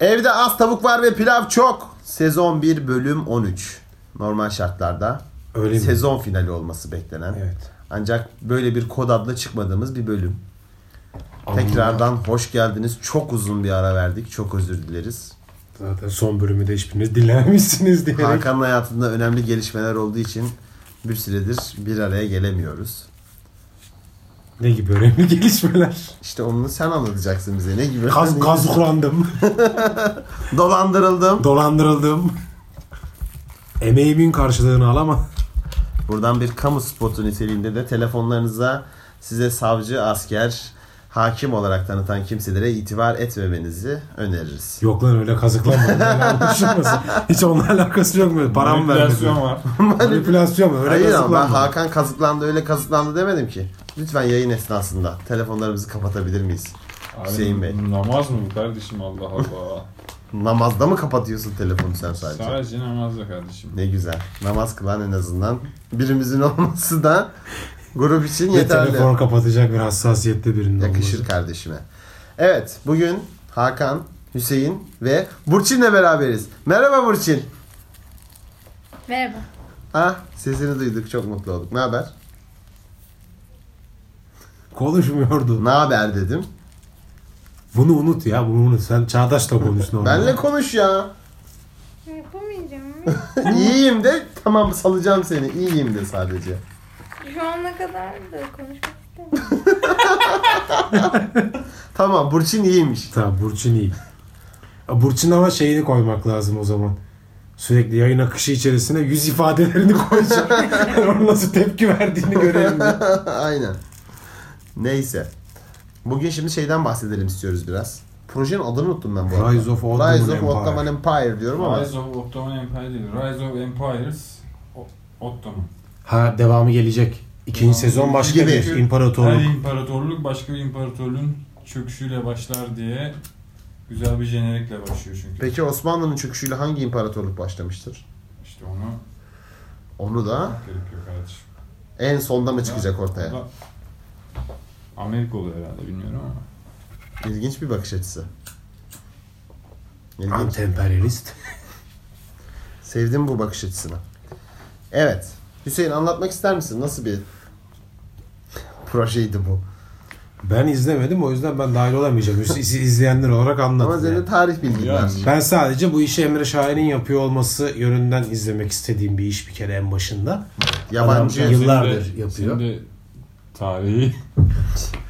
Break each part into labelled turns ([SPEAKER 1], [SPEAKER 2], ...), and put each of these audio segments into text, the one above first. [SPEAKER 1] Evde az tavuk var ve pilav çok. Sezon 1 bölüm 13. Normal şartlarda
[SPEAKER 2] Öyle mi?
[SPEAKER 1] sezon finali olması beklenen.
[SPEAKER 2] Evet.
[SPEAKER 1] Ancak böyle bir kod adla çıkmadığımız bir bölüm. Tekrardan hoş geldiniz. Çok uzun bir ara verdik. Çok özür dileriz.
[SPEAKER 2] Zaten son bölümü de hiçbiriniz dinlememişsiniz diyerek.
[SPEAKER 1] Hakan'ın hayatında önemli gelişmeler olduğu için bir süredir bir araya gelemiyoruz.
[SPEAKER 2] Ne gibi önemli gelişmeler.
[SPEAKER 1] İşte onu sen anlatacaksın bize. Ne gibi?
[SPEAKER 2] Gaz, gazuklandım.
[SPEAKER 1] Dolandırıldım.
[SPEAKER 2] Dolandırıldım. Emeğimin karşılığını alama.
[SPEAKER 1] Buradan bir kamu spotu niteliğinde de telefonlarınıza size savcı, asker, hakim olarak tanıtan kimselere itibar etmemenizi öneririz.
[SPEAKER 2] Yok lan öyle kazıklanmadım. Öyle anlaşılmasın. Hiç onunla alakası yok mu? Param vermedi.
[SPEAKER 3] Manipülasyon var.
[SPEAKER 2] Manipülasyon mu? Öyle
[SPEAKER 1] Hayır ama ben
[SPEAKER 2] kazıklanmadım.
[SPEAKER 1] Hakan kazıklandı öyle kazıklandı demedim ki. Lütfen yayın esnasında telefonlarımızı kapatabilir miyiz? Hüseyin Bey.
[SPEAKER 3] Namaz mı bu kardeşim Allah Allah.
[SPEAKER 1] Namazda mı kapatıyorsun telefonu sen sadece?
[SPEAKER 3] Sadece namazda kardeşim.
[SPEAKER 1] Ne güzel. Namaz kılan en azından birimizin olması da grup için
[SPEAKER 2] Ve
[SPEAKER 1] yeterli.
[SPEAKER 2] telefonu kapatacak bir hassasiyette birinin
[SPEAKER 1] Yakışır kardeşime. Evet bugün Hakan, Hüseyin ve Burçin'le beraberiz. Merhaba Burçin.
[SPEAKER 4] Merhaba.
[SPEAKER 1] Ha sesini duyduk çok mutlu olduk. Ne haber?
[SPEAKER 2] olması. Konuşmuyordu.
[SPEAKER 1] Ne haber dedim.
[SPEAKER 2] Bunu unut ya bunu unut. Sen Çağdaş'la konuş normal.
[SPEAKER 1] Benle konuş ya.
[SPEAKER 4] Yapamayacağım.
[SPEAKER 1] İyiyim de tamam salacağım seni. İyiyim de sadece.
[SPEAKER 4] Şu ana kadar da konuşmak istemiyorum.
[SPEAKER 1] Tamam Burçin iyiymiş.
[SPEAKER 2] Tamam Burçin iyi. Burçin ama şeyini koymak lazım o zaman. Sürekli yayın akışı içerisine yüz ifadelerini koyacak. Onun nasıl tepki verdiğini görelim. diye.
[SPEAKER 1] Aynen. Neyse. Bugün şimdi şeyden bahsedelim istiyoruz biraz. Projenin adını unuttum ben bu arada.
[SPEAKER 2] Rise of Ottoman
[SPEAKER 1] Rise of
[SPEAKER 2] Empire.
[SPEAKER 1] Ottoman Empire diyorum ama.
[SPEAKER 3] Rise of Ottoman Empire değil. Rise of Empires o- Ottoman.
[SPEAKER 2] Ha devamı gelecek. İkinci
[SPEAKER 3] Devamı
[SPEAKER 2] sezon başka
[SPEAKER 1] gibi.
[SPEAKER 2] bir imparatorluk.
[SPEAKER 3] Her imparatorluk başka bir imparatorluğun çöküşüyle başlar diye güzel bir jenerikle başlıyor çünkü.
[SPEAKER 1] Peki Osmanlı'nın çöküşüyle hangi imparatorluk başlamıştır?
[SPEAKER 3] İşte onu
[SPEAKER 1] Onu da
[SPEAKER 3] gerekiyor kardeşim.
[SPEAKER 1] en sonda mı çıkacak ortaya?
[SPEAKER 3] Ulan- Amerika oluyor herhalde bilmiyorum ama.
[SPEAKER 1] İlginç bir bakış açısı. İlginç.
[SPEAKER 2] Antemperyalist.
[SPEAKER 1] Sevdim bu bakış açısını. Evet. Hüseyin anlatmak ister misin? Nasıl bir projeydi bu?
[SPEAKER 2] Ben izlemedim o yüzden ben dahil olamayacağım. Siz- Siz izleyenler olarak
[SPEAKER 1] Ama
[SPEAKER 2] anlatın.
[SPEAKER 1] senin
[SPEAKER 2] yani.
[SPEAKER 1] tarih bilgin
[SPEAKER 3] Yani.
[SPEAKER 1] var.
[SPEAKER 2] Ben sadece bu işi Emre Şahin'in yapıyor olması yönünden izlemek istediğim bir iş bir kere en başında.
[SPEAKER 1] Yabancı
[SPEAKER 2] Adam- Yıllardır
[SPEAKER 3] Senin de-
[SPEAKER 2] yapıyor.
[SPEAKER 3] senin de tarihi,
[SPEAKER 1] bir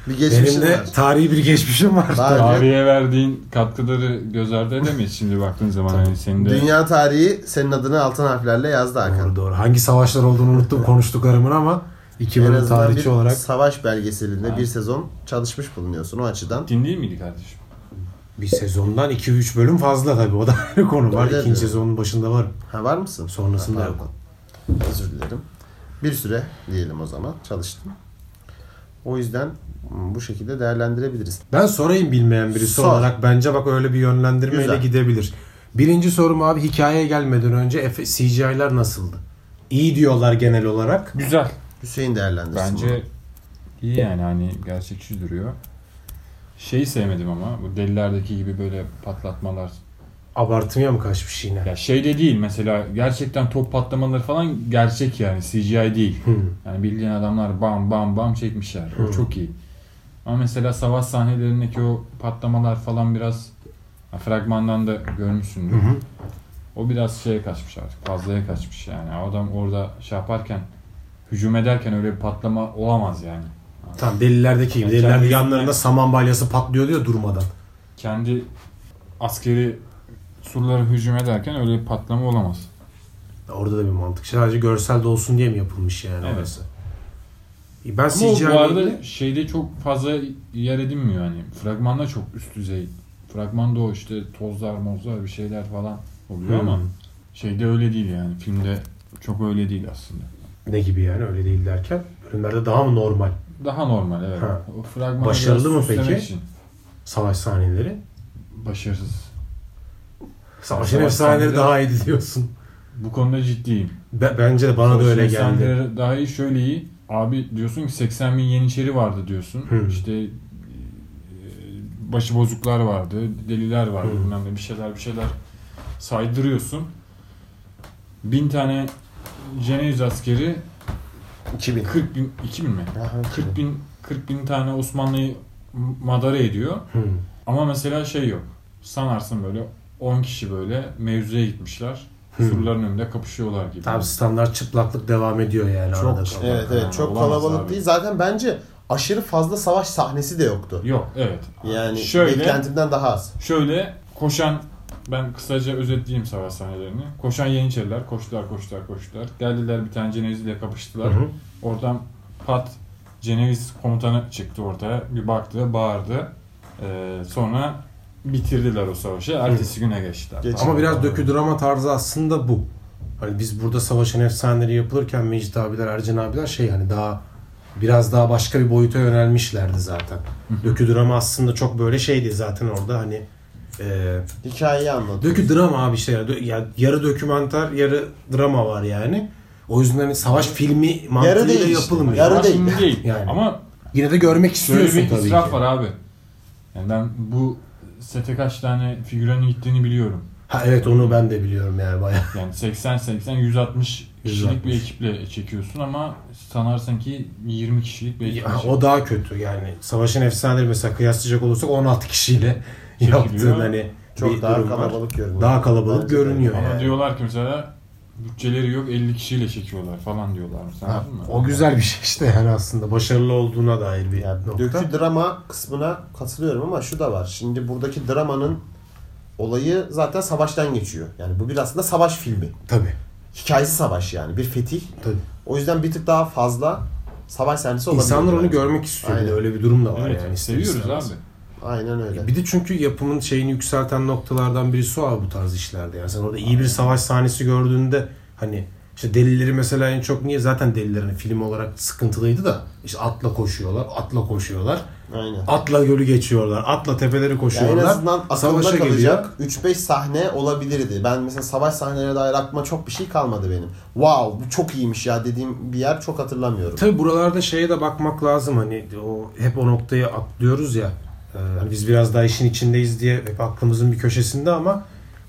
[SPEAKER 2] Benim
[SPEAKER 1] geçmişin
[SPEAKER 2] de
[SPEAKER 1] var.
[SPEAKER 2] tarihi bir geçmişim var.
[SPEAKER 1] Var.
[SPEAKER 2] tabii.
[SPEAKER 3] tarihe verdiğin katkıları göz ardı edemeyiz şimdi baktığın zaman. Yani senin de
[SPEAKER 1] Dünya tarihi senin adını altın harflerle yazdı Hakan.
[SPEAKER 2] Doğru doğru. Hangi savaşlar olduğunu unuttum konuştuklarımın ama iki
[SPEAKER 1] En
[SPEAKER 2] bölüm
[SPEAKER 1] azından
[SPEAKER 2] tarihçi
[SPEAKER 1] bir
[SPEAKER 2] olarak
[SPEAKER 1] savaş belgeselinde bir sezon çalışmış bulunuyorsun o açıdan.
[SPEAKER 3] Din değil miydi kardeşim?
[SPEAKER 2] bir sezondan 2-3 bölüm fazla tabii. O da ayrı konu var.
[SPEAKER 1] Öyle
[SPEAKER 2] İkinci
[SPEAKER 1] mi?
[SPEAKER 2] sezonun başında var.
[SPEAKER 1] Ha var mısın?
[SPEAKER 2] Sonrasında
[SPEAKER 1] Ha,
[SPEAKER 2] yok.
[SPEAKER 1] pardon. Özür dilerim. Bir süre diyelim o zaman çalıştım. O yüzden hmm, bu şekilde değerlendirebiliriz.
[SPEAKER 2] Ben sorayım bilmeyen birisi
[SPEAKER 1] Sor.
[SPEAKER 2] olarak. Bence bak öyle bir yönlendirmeyle
[SPEAKER 1] Güzel.
[SPEAKER 2] gidebilir. Birinci sorum abi hikayeye gelmeden önce Efe- CGI'ler nasıldı? İyi diyorlar genel olarak.
[SPEAKER 3] Güzel.
[SPEAKER 1] Hüseyin değerlendirsin.
[SPEAKER 3] Bence iyi yani hani gerçekçi duruyor. Şeyi sevmedim ama bu delilerdeki gibi böyle patlatmalar.
[SPEAKER 2] Abartmaya mı kaçmış yine?
[SPEAKER 3] Ya şey de değil mesela gerçekten top patlamaları falan gerçek yani CGI değil.
[SPEAKER 2] Hı.
[SPEAKER 3] Yani bildiğin adamlar bam bam bam çekmişler. O
[SPEAKER 2] Hı.
[SPEAKER 3] çok iyi. Ama mesela savaş sahnelerindeki o patlamalar falan biraz ya fragmandan da görmüşsündür.
[SPEAKER 2] Hı hı.
[SPEAKER 3] O biraz şeye kaçmış artık. Fazlaya kaçmış yani. Adam orada şey yaparken hücum ederken öyle bir patlama olamaz yani.
[SPEAKER 2] Tamam delillerdeki gibi.
[SPEAKER 3] Yani
[SPEAKER 2] Delillerde
[SPEAKER 3] kendi-
[SPEAKER 2] yanlarında saman balyası patlıyor diyor durmadan.
[SPEAKER 3] Kendi askeri surlara hücum ederken öyle bir patlama olamaz.
[SPEAKER 2] Orada da bir mantık. Sadece görsel de olsun diye mi yapılmış yani
[SPEAKER 3] Evet.
[SPEAKER 2] orası? E Ben
[SPEAKER 3] Ama o
[SPEAKER 2] CGI
[SPEAKER 3] bu arada
[SPEAKER 2] ile-
[SPEAKER 3] şeyde çok fazla yer edinmiyor yani. Fragmanda çok üst düzey. Fragmanda o işte tozlar mozlar bir şeyler falan oluyor ama
[SPEAKER 2] Hı.
[SPEAKER 3] şeyde öyle değil yani. Filmde çok öyle değil aslında.
[SPEAKER 2] ne gibi yani öyle değil derken bölümlerde daha mı normal
[SPEAKER 3] Daha normal evet.
[SPEAKER 2] Ha.
[SPEAKER 3] O fragmanı
[SPEAKER 2] Başarılı
[SPEAKER 3] biraz
[SPEAKER 2] mı peki?
[SPEAKER 3] süslemek için.
[SPEAKER 2] savaş sahneleri?
[SPEAKER 3] Başarısız.
[SPEAKER 2] Savaşın
[SPEAKER 3] Savaş
[SPEAKER 2] efsaneleri
[SPEAKER 3] sahneleri-
[SPEAKER 2] daha iyi diyorsun.
[SPEAKER 3] Bu konuda ciddiyim.
[SPEAKER 2] Be- bence de bana da öyle
[SPEAKER 3] Sosyal
[SPEAKER 2] geldi.
[SPEAKER 3] sahneleri Daha iyi şöyle iyi. Abi diyorsun ki 80 bin yeniçeri vardı diyorsun.
[SPEAKER 2] Hı.
[SPEAKER 3] İşte e, başı bozuklar e, vardı, deliler vardı bilmem ne bir şeyler bir şeyler saydırıyorsun. Bin tane Ceneviz askeri
[SPEAKER 1] 2000.
[SPEAKER 3] 40 bin, 2000 mi?
[SPEAKER 1] Aha,
[SPEAKER 3] 40 bin, 40 bin tane Osmanlı'yı madara ediyor.
[SPEAKER 2] Hı.
[SPEAKER 3] Ama mesela şey yok. Sanarsın böyle 10 kişi böyle mevzuya gitmişler.
[SPEAKER 2] Hı.
[SPEAKER 3] Surların önünde kapışıyorlar gibi.
[SPEAKER 2] Tam standart çıplaklık devam ediyor yani.
[SPEAKER 3] Çok
[SPEAKER 2] arada.
[SPEAKER 3] çok.
[SPEAKER 1] Evet evet çok
[SPEAKER 3] Olamaz
[SPEAKER 1] kalabalık
[SPEAKER 3] abi.
[SPEAKER 1] değil. Zaten bence aşırı fazla savaş sahnesi de yoktu.
[SPEAKER 3] Yok evet.
[SPEAKER 1] Yani
[SPEAKER 3] Şöyle-
[SPEAKER 1] beklentimden daha az.
[SPEAKER 3] Şöyle koşan ben kısaca özetleyeyim savaş sahnelerini. Koşan Yeniçeriler koştular koştular koştular. Geldiler bir tane Cenevizli'yle
[SPEAKER 2] Hı
[SPEAKER 3] kapıştılar.
[SPEAKER 2] hı.
[SPEAKER 3] Oradan pat Ceneviz komutanı çıktı ortaya. Bir baktı bağırdı. Ee, sonra bitirdiler o savaşı. Ertesi güne geçtiler.
[SPEAKER 1] Geç-
[SPEAKER 2] Ama biraz döküdrama tarzı aslında bu. Hani biz burada savaşın efsaneleri yapılırken Mecit abiler, Ercan abiler şey hani daha biraz daha başka bir boyuta yönelmişlerdi zaten. Döküdrama aslında çok böyle şeydi zaten orada hani e,
[SPEAKER 1] Hikayeyi anlat.
[SPEAKER 2] döküdrama abi işte yani, dö- yani yarı dokümanter yarı drama var yani. O yüzden hani savaş filmi mantığıyla
[SPEAKER 1] değil işte.
[SPEAKER 2] yapılmıyor.
[SPEAKER 1] Yarı-
[SPEAKER 3] Savaş
[SPEAKER 1] değil.
[SPEAKER 3] şimdi değil.
[SPEAKER 2] Yani.
[SPEAKER 3] Ama
[SPEAKER 2] Yine de görmek
[SPEAKER 3] şöyle
[SPEAKER 2] istiyorsun
[SPEAKER 3] bir
[SPEAKER 2] tabii ki.
[SPEAKER 3] israf var abi. Yani ben bu sete kaç tane figüranın gittiğini biliyorum.
[SPEAKER 2] Ha evet onu ben de biliyorum yani bayağı.
[SPEAKER 3] Yani 80-80 160 kişilik
[SPEAKER 2] 160.
[SPEAKER 3] bir ekiple çekiyorsun ama sanarsan ki 20 kişilik bir ekiple
[SPEAKER 2] Ya, o daha kötü yani. Savaşın efsaneleri mesela kıyaslayacak olursak 16 kişiyle yaptığın hani
[SPEAKER 1] Çok
[SPEAKER 2] bir
[SPEAKER 1] daha
[SPEAKER 2] durum var.
[SPEAKER 1] kalabalık görünüyor.
[SPEAKER 2] Daha kalabalık
[SPEAKER 1] Bence de.
[SPEAKER 2] görünüyor.
[SPEAKER 3] Ama
[SPEAKER 2] yani.
[SPEAKER 3] diyorlar ki mesela bütçeleri yok 50 kişiyle çekiyorlar falan diyorlar mesela.
[SPEAKER 2] Ha,
[SPEAKER 3] anladın mı?
[SPEAKER 2] o güzel bir şey işte yani aslında başarılı olduğuna dair bir
[SPEAKER 1] Yani
[SPEAKER 2] nokta.
[SPEAKER 1] dökü drama kısmına katılıyorum ama şu da var. Şimdi buradaki dramanın olayı zaten savaştan geçiyor. Yani bu bir aslında savaş filmi.
[SPEAKER 2] Tabii.
[SPEAKER 1] Hikayesi savaş yani. Bir fetih.
[SPEAKER 2] tabii.
[SPEAKER 1] O yüzden bir tık daha fazla savaş sahnesi olabilir.
[SPEAKER 2] İnsanlar onu
[SPEAKER 1] bence.
[SPEAKER 2] görmek istiyor. Bir de
[SPEAKER 1] Aynen.
[SPEAKER 2] Öyle bir durum da var
[SPEAKER 3] Evet,
[SPEAKER 2] yani. ister
[SPEAKER 3] seviyoruz
[SPEAKER 2] istemez. E,
[SPEAKER 3] abi.
[SPEAKER 1] Aynen öyle.
[SPEAKER 2] Bir de çünkü yapımın şeyini yükselten noktalardan birisi o abi bu tarz işlerde. Yani sen orada iyi bir savaş sahnesi gördüğünde hani işte delileri mesela en çok niye zaten delilerin film olarak sıkıntılıydı da işte atla koşuyorlar, atla koşuyorlar.
[SPEAKER 1] Aynen.
[SPEAKER 2] Atla gölü geçiyorlar, atla tepeleri
[SPEAKER 1] Yani en
[SPEAKER 2] koşuyorlar.
[SPEAKER 1] azından aklımda
[SPEAKER 2] savaşa geliyor.
[SPEAKER 1] kalacak 3-5 sahne olabilirdi. Ben mesela savaş sahnelerine dair aklıma çok bir şey kalmadı benim. Wow bu çok iyiymiş ya dediğim bir yer çok hatırlamıyorum.
[SPEAKER 2] Tabii buralarda şeye de bakmak lazım hani o hep o noktaya atlıyoruz ya. Ee, Hani biz biraz daha işin içindeyiz diye hep aklımızın bir köşesinde ama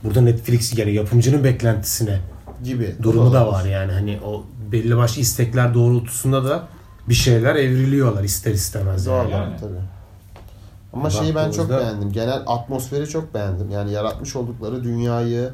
[SPEAKER 2] burada Netflix yani yapımcının beklentisine
[SPEAKER 1] Gibi.
[SPEAKER 2] durumu da var yani hani o belli başlı istekler doğrultusunda da bir şeyler evriliyorlar ister istemez
[SPEAKER 1] Doğru
[SPEAKER 2] yani.
[SPEAKER 3] Yani.
[SPEAKER 1] tabii. Ama şeyi ben çok
[SPEAKER 2] Baktığımızda-
[SPEAKER 1] beğendim. Genel atmosferi çok beğendim. Yani yaratmış oldukları dünyayı,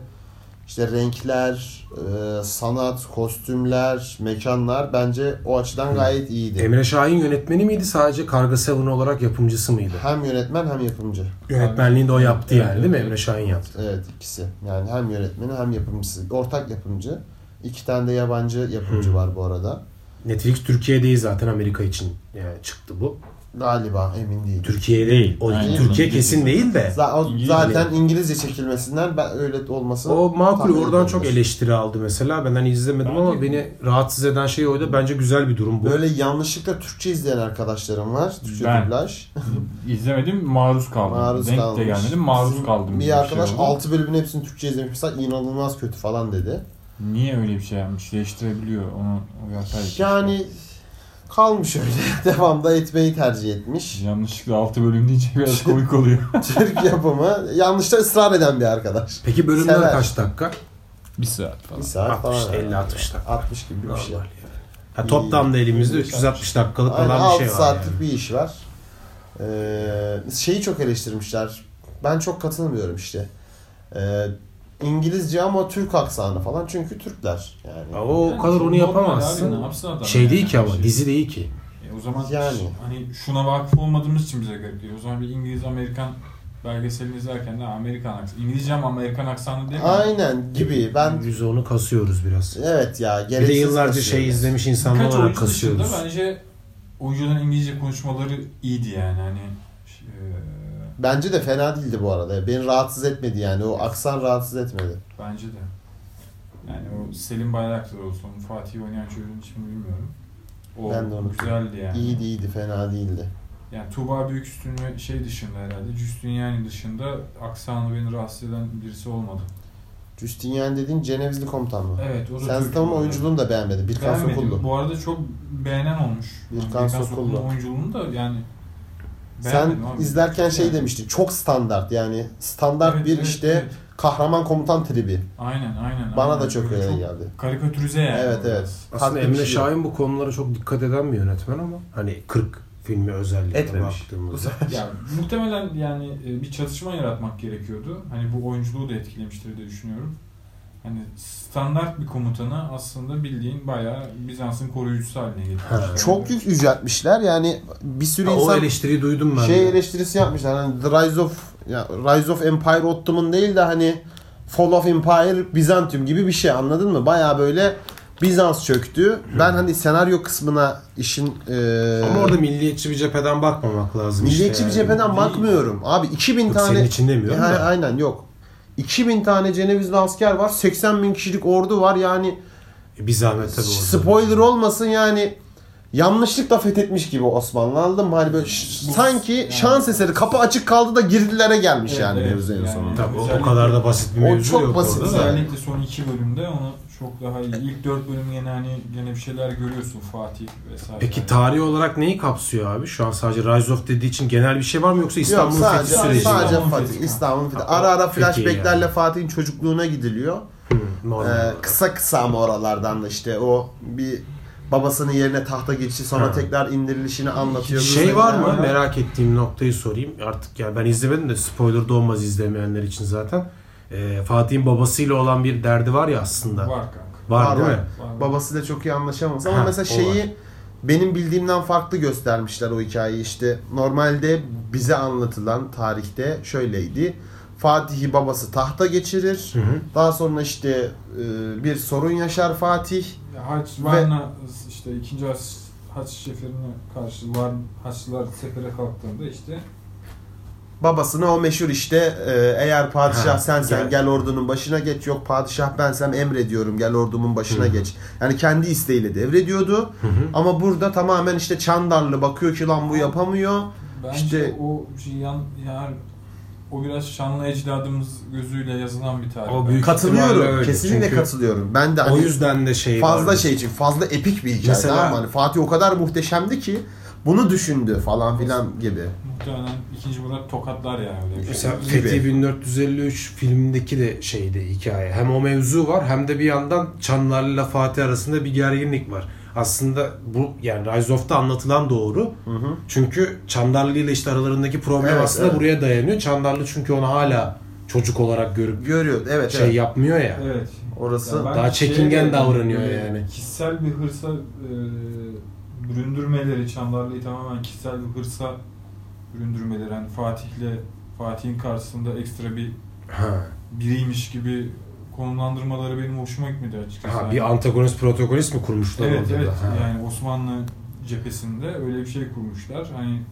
[SPEAKER 1] işte renkler, e, sanat, kostümler, mekanlar bence o açıdan gayet iyiydi.
[SPEAKER 2] Emre Şahin yönetmeni miydi sadece Karga Seven olarak yapımcısı mıydı?
[SPEAKER 1] Hem yönetmen hem yapımcı.
[SPEAKER 2] Yönetmenliğini de o yaptı
[SPEAKER 3] Evet,
[SPEAKER 2] yani değil mi?
[SPEAKER 3] evet.
[SPEAKER 2] Emre Şahin yaptı.
[SPEAKER 1] Evet ikisi. Yani hem yönetmeni hem yapımcısı. Ortak yapımcı. İki tane de yabancı
[SPEAKER 3] Hmm.
[SPEAKER 1] yapımcı var bu arada.
[SPEAKER 2] Netflix Türkiye değil zaten Amerika için yani çıktı bu.
[SPEAKER 1] Galiba emin değilim.
[SPEAKER 2] Türkiye değil. O
[SPEAKER 3] Aynen.
[SPEAKER 2] Türkiye kesin değil de.
[SPEAKER 1] Za- o
[SPEAKER 3] İngilizce.
[SPEAKER 1] zaten İngilizce çekilmesinden ben öyle olması
[SPEAKER 2] O makul
[SPEAKER 1] tahmin
[SPEAKER 2] oradan
[SPEAKER 1] edilebilir.
[SPEAKER 2] çok eleştiri aldı mesela. Ben hani izlemedim
[SPEAKER 3] Bence-
[SPEAKER 2] ama beni rahatsız eden şey oydu. Bence güzel bir durum bu.
[SPEAKER 1] Böyle yanlışlıkla Türkçe izleyen arkadaşlarım var. Türkçe
[SPEAKER 3] Ben.
[SPEAKER 1] dublaj.
[SPEAKER 3] İzlemedim maruz kaldım.
[SPEAKER 1] Maruz
[SPEAKER 3] Denk
[SPEAKER 1] kalmış.
[SPEAKER 3] de gelmedim maruz
[SPEAKER 1] Bizim
[SPEAKER 3] kaldım.
[SPEAKER 1] Bir
[SPEAKER 3] şey
[SPEAKER 1] arkadaş
[SPEAKER 3] oldu.
[SPEAKER 1] 6 bölümün hepsini Türkçe izlemiş. Mesela inanılmaz kötü falan dedi.
[SPEAKER 3] Niye öyle bir şey yapmış? Değiştirebiliyor onu uyarsaydı.
[SPEAKER 1] Yani kalmış öyle. Devamda etmeyi tercih etmiş.
[SPEAKER 3] keşke. Yanlışlıkla 6 bölüm deyince biraz komik oluyor.
[SPEAKER 1] Türk yapımı. Yanlışta ısrar eden bir arkadaş.
[SPEAKER 2] Peki bölümler
[SPEAKER 1] Sever.
[SPEAKER 2] kaç dakika?
[SPEAKER 3] bir saat falan.
[SPEAKER 1] Bir saat
[SPEAKER 2] 60,
[SPEAKER 1] falan.
[SPEAKER 2] 50, 60 dakika.
[SPEAKER 1] 60 gibi bir şey.
[SPEAKER 2] Normal. Ha, toplamda elimizde 360 dakikalık
[SPEAKER 1] Aynen
[SPEAKER 2] olan
[SPEAKER 1] 6
[SPEAKER 2] bir şey var.
[SPEAKER 1] saatlik
[SPEAKER 2] yani.
[SPEAKER 1] bir iş var. Ee, şeyi çok eleştirmişler. Ben çok katılmıyorum işte. Ee, İngilizce ama Türk aksanı falan. Çünkü Türkler yani.
[SPEAKER 2] Ya O o kadar onu yapamazsın. Şey değil ki ama dizi değil ki.
[SPEAKER 3] E, o zaman
[SPEAKER 1] Yani.
[SPEAKER 3] hani şuna vakıf olmadığımız için bize garip geliyor. O zaman bir İngiliz Amerikan belgeselini izlerken de Amerikan aksanı. İngilizce ama Amerikan aksanı değil mi?
[SPEAKER 1] Aynen gibi. Ben
[SPEAKER 2] Biz onu kasıyoruz biraz.
[SPEAKER 1] evet ya
[SPEAKER 2] Bir de
[SPEAKER 1] gereksiz
[SPEAKER 2] yıllarca
[SPEAKER 1] kasıyorlar.
[SPEAKER 2] şey izlemiş insanlar
[SPEAKER 3] Birkaç
[SPEAKER 2] olarak
[SPEAKER 3] oyuncu dışında
[SPEAKER 2] kasıyoruz.
[SPEAKER 3] bence oyuncuların İngilizce konuşmaları iyiydi yani. Hani e,
[SPEAKER 1] Bence de fena değildi bu arada. Beni rahatsız etmedi yani. O aksan rahatsız etmedi.
[SPEAKER 3] bence de. Yani o Selim Bayraktar olsun, Fatih oynayan çocuğun ismini bilmiyorum. O
[SPEAKER 1] Ben de onu-
[SPEAKER 3] güzeldi yani.
[SPEAKER 1] İyiydi iyiydi fena değildi.
[SPEAKER 3] Yani Tuğba Büyüküstün ve şey dışında herhalde, Cüstün yani dışında aksanı beni rahatsız eden birisi olmadı.
[SPEAKER 1] Justinian dediğin Cenevizli komutan mı?
[SPEAKER 3] Evet, o da
[SPEAKER 1] Sen
[SPEAKER 3] Türk
[SPEAKER 1] tamam
[SPEAKER 3] bu arada.
[SPEAKER 1] oyunculuğunu da beğenmedin. Birkan
[SPEAKER 3] Beğenmedim.
[SPEAKER 1] Sokullu.
[SPEAKER 3] Bu arada çok beğenen olmuş.
[SPEAKER 1] Birkan
[SPEAKER 3] Yani Birkan Sokullu'nun
[SPEAKER 1] Sokullu.
[SPEAKER 3] oyunculuğunu da yani
[SPEAKER 1] Sen
[SPEAKER 3] Beğenmedim abi.
[SPEAKER 1] izlerken şey
[SPEAKER 3] Yani.
[SPEAKER 1] demiştin. Çok standart yani. Standart
[SPEAKER 3] Evet,
[SPEAKER 1] bir
[SPEAKER 3] evet,
[SPEAKER 1] işte
[SPEAKER 3] evet.
[SPEAKER 1] kahraman komutan tribi.
[SPEAKER 3] Aynen aynen.
[SPEAKER 1] Bana
[SPEAKER 3] aynen.
[SPEAKER 1] da çok
[SPEAKER 3] Böyle
[SPEAKER 1] öyle geldi.
[SPEAKER 3] Karikatürize yani.
[SPEAKER 1] Evet,
[SPEAKER 3] biraz.
[SPEAKER 1] evet.
[SPEAKER 2] Aslında
[SPEAKER 1] Haklı bir
[SPEAKER 2] Emre
[SPEAKER 1] şey yok.
[SPEAKER 2] Şahin bu konulara çok dikkat eden bir yönetmen ama hani 40 filmi özellikle
[SPEAKER 1] Etmemiş.
[SPEAKER 2] baktığımızda.
[SPEAKER 3] Ya muhtemelen yani e, bir çatışma yaratmak gerekiyordu. Hani bu oyunculuğu da etkilemiştir diye düşünüyorum. Hani standart bir komutanı aslında bildiğin bayağı Bizans'ın koruyucusu haline
[SPEAKER 2] Ha.
[SPEAKER 3] getirmişler.
[SPEAKER 1] Çok yük yüceltmişler yani bir sürü
[SPEAKER 2] Ya o
[SPEAKER 1] insan
[SPEAKER 2] eleştiriyi duydum ben.
[SPEAKER 1] şey
[SPEAKER 2] de.
[SPEAKER 1] eleştirisi yapmışlar. Hani The Rise of ya Rise of Empire Ottoman değil de hani Fall of Empire Bizantium gibi bir şey anladın mı? Baya böyle Bizans çöktü. Ben hani senaryo kısmına işin eee
[SPEAKER 2] Ama orada milliyetçi bir cepheden bakmamak lazım.
[SPEAKER 1] Ee, milliyetçi
[SPEAKER 2] işte
[SPEAKER 1] bir
[SPEAKER 2] yani.
[SPEAKER 1] cepheden
[SPEAKER 3] Değil.
[SPEAKER 1] bakmıyorum. Abi 2000
[SPEAKER 2] Yok,
[SPEAKER 1] tane
[SPEAKER 2] senin için demiyorum
[SPEAKER 1] Yani
[SPEAKER 2] da.
[SPEAKER 1] aynen yok. 2000 tane Cenevizli asker var. 80 bin kişilik ordu var. Yani
[SPEAKER 2] E, Bir zahmet tabii orada.
[SPEAKER 1] spoiler olmasın yani yanlışlıkla fethetmiş gibi Osmanlı anladın mı? Hani böyle ş-
[SPEAKER 3] Bu-
[SPEAKER 1] sanki
[SPEAKER 3] yani-
[SPEAKER 1] şans eseri kapı açık kaldı da girdilere gelmiş yani mevzu en sonunda.
[SPEAKER 2] Tabii, o, o kadar da basit bir
[SPEAKER 1] O
[SPEAKER 2] mevzu
[SPEAKER 1] çok
[SPEAKER 2] yok
[SPEAKER 1] basit
[SPEAKER 2] orada da.
[SPEAKER 1] yani.
[SPEAKER 3] Özellikle son iki bölümde onu çok daha iyi. İlk dört bölüm gene hani gene bir şeyler görüyorsun Fatih vesaire.
[SPEAKER 2] Peki
[SPEAKER 3] Yani.
[SPEAKER 2] tarih olarak neyi kapsıyor abi? Şu an sadece Rise of dediği için genel bir şey var mı yoksa
[SPEAKER 1] Yok
[SPEAKER 2] İstanbul'un fethi
[SPEAKER 1] sadece,
[SPEAKER 2] süreci mi?
[SPEAKER 1] sadece
[SPEAKER 3] İstanbul'un
[SPEAKER 1] Fatih,
[SPEAKER 3] fethi.
[SPEAKER 1] İstanbul'un fethi. Ara ara
[SPEAKER 2] Fethiye
[SPEAKER 1] flashbacklerle
[SPEAKER 2] yani.
[SPEAKER 1] Fatih'in çocukluğuna gidiliyor.
[SPEAKER 2] Hı, normal
[SPEAKER 1] Ee,
[SPEAKER 2] olarak.
[SPEAKER 1] kısa kısa ama oralardan da işte o bir babasının yerine tahta geçişi sonra
[SPEAKER 2] Ha.
[SPEAKER 1] tekrar indirilişini anlatıyor.
[SPEAKER 2] Şey var mı?
[SPEAKER 1] Yani-
[SPEAKER 2] Merak ettiğim noktayı sorayım. Artık ya ben izlemedim de spoiler da olmaz izlemeyenler için zaten. Ee, Fatih'in babasıyla olan bir derdi var ya aslında. Var,
[SPEAKER 3] Var kanka.
[SPEAKER 1] Var,
[SPEAKER 2] değil
[SPEAKER 1] var.
[SPEAKER 2] mi?
[SPEAKER 3] Var.
[SPEAKER 1] babasıyla çok iyi anlaşamaz ama
[SPEAKER 2] Ha,
[SPEAKER 1] mesela
[SPEAKER 2] o
[SPEAKER 1] şeyi
[SPEAKER 2] var.
[SPEAKER 1] benim bildiğimden farklı göstermişler o hikayeyi işte normalde bize anlatılan tarihte şöyleydi Fatih'i babası tahta geçirir
[SPEAKER 2] Hı hı.
[SPEAKER 1] daha sonra işte e, bir sorun yaşar Fatih
[SPEAKER 3] Haç
[SPEAKER 1] Ve-
[SPEAKER 3] Varna işte ikinci Haç, Haç Şeferi'ne karşı var Haçlılar sefere kalktığında işte
[SPEAKER 1] babasına o meşhur işte e, eğer padişah
[SPEAKER 2] Ha,
[SPEAKER 1] sensen
[SPEAKER 2] gel.
[SPEAKER 1] gel. ordunun başına geç yok padişah bensem emrediyorum gel ordumun başına
[SPEAKER 2] Hı.
[SPEAKER 1] geç yani kendi isteğiyle devrediyordu
[SPEAKER 2] Hı hı.
[SPEAKER 1] ama burada tamamen işte Çandarlı bakıyor ki lan bu yapamıyor
[SPEAKER 3] Bence
[SPEAKER 1] İşte-
[SPEAKER 3] o şey yan, yani o biraz şanlı ecdadımız gözüyle yazılan bir tarih.
[SPEAKER 2] O büyük- İhtimalle
[SPEAKER 1] Katılıyorum.
[SPEAKER 2] öyle.
[SPEAKER 1] Kesinlikle
[SPEAKER 2] Çünkü
[SPEAKER 1] katılıyorum. Ben de
[SPEAKER 2] O
[SPEAKER 1] hani
[SPEAKER 2] yüzden de şey
[SPEAKER 1] fazla
[SPEAKER 2] var.
[SPEAKER 1] şey için fazla epik bir hikaye.
[SPEAKER 2] Mesela-
[SPEAKER 1] tamam mı? Hani Fatih o kadar muhteşemdi ki bunu düşündü falan filan gibi.
[SPEAKER 3] Muhtemelen ikinci Murat tokatlar yani. Öyle bir şey.
[SPEAKER 2] Mesela
[SPEAKER 1] Gibi.
[SPEAKER 2] Fethi 1453 filmindeki de şeyde hikaye. Hem o mevzu var hem de bir yandan Çanlarlı ile Fatih arasında bir gerginlik var. Aslında bu yani Rise of'ta anlatılan doğru. Çünkü Çandarlı ile işte aralarındaki problem
[SPEAKER 1] Evet,
[SPEAKER 2] aslında
[SPEAKER 1] evet.
[SPEAKER 2] buraya dayanıyor. Çandarlı çünkü onu hala çocuk olarak görüp
[SPEAKER 1] Görüyor. Evet.
[SPEAKER 2] şey
[SPEAKER 1] evet.
[SPEAKER 2] yapmıyor ya.
[SPEAKER 3] Evet.
[SPEAKER 1] Orası
[SPEAKER 3] Ya ben
[SPEAKER 2] Daha çekingen
[SPEAKER 3] şeye de-
[SPEAKER 2] davranıyor
[SPEAKER 3] e,
[SPEAKER 2] yani.
[SPEAKER 3] Kişisel bir hırsa e, büründürmeleri, Çandarlı'yı tamamen kişisel bir hırsa büründürmeleri. Yani Fatih'le Fatih'in karşısında ekstra bir
[SPEAKER 2] Ha.
[SPEAKER 3] biriymiş gibi konumlandırmaları benim hoşuma gitmedi açıkçası.
[SPEAKER 2] Ha,
[SPEAKER 3] Yani-
[SPEAKER 2] bir antagonist protagonist mi kurmuşlar
[SPEAKER 3] Evet
[SPEAKER 2] orada
[SPEAKER 3] evet
[SPEAKER 2] da? Ha.
[SPEAKER 3] yani Osmanlı cephesinde öyle bir şey kurmuşlar. Hani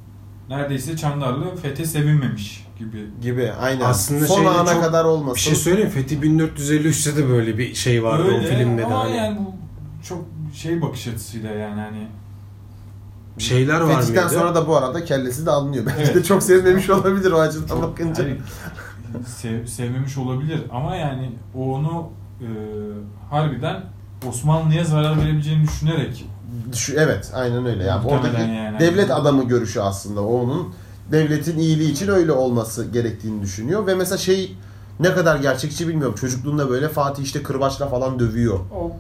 [SPEAKER 3] neredeyse Çandarlı fethe sevinmemiş gibi.
[SPEAKER 1] gibi. Aynen.
[SPEAKER 2] Aslında
[SPEAKER 1] Son
[SPEAKER 2] şeyde
[SPEAKER 1] ana
[SPEAKER 2] çok-
[SPEAKER 1] kadar olmasın.
[SPEAKER 2] Bir şey söyleyeyim mi? Fethi 1453'te de böyle bir şey vardı o filmde de.
[SPEAKER 3] ama
[SPEAKER 2] hani.
[SPEAKER 3] yani bu çok şey bakış açısıyla yani hani
[SPEAKER 2] Şeyler var
[SPEAKER 1] Fetih'ten
[SPEAKER 2] mıydı?
[SPEAKER 1] sonra da bu arada kellesi de alınıyor. Belki de
[SPEAKER 3] Evet.
[SPEAKER 1] çok sevmemiş olabilir o acıdan bakınca.
[SPEAKER 3] hani sev- sevmemiş olabilir ama yani o onu e, harbiden Osmanlı'ya zarar verebileceğini düşünerek
[SPEAKER 1] Düşü- Evet, aynen öyle. Yani
[SPEAKER 3] Muhtemelen
[SPEAKER 1] oradaki
[SPEAKER 3] yani.
[SPEAKER 1] devlet adamı görüşü aslında o onun devletin iyiliği için öyle olması gerektiğini düşünüyor ve mesela şey ne kadar gerçekçi bilmiyorum. Çocukluğunda böyle Fatih işte kırbaçla falan dövüyor.
[SPEAKER 3] o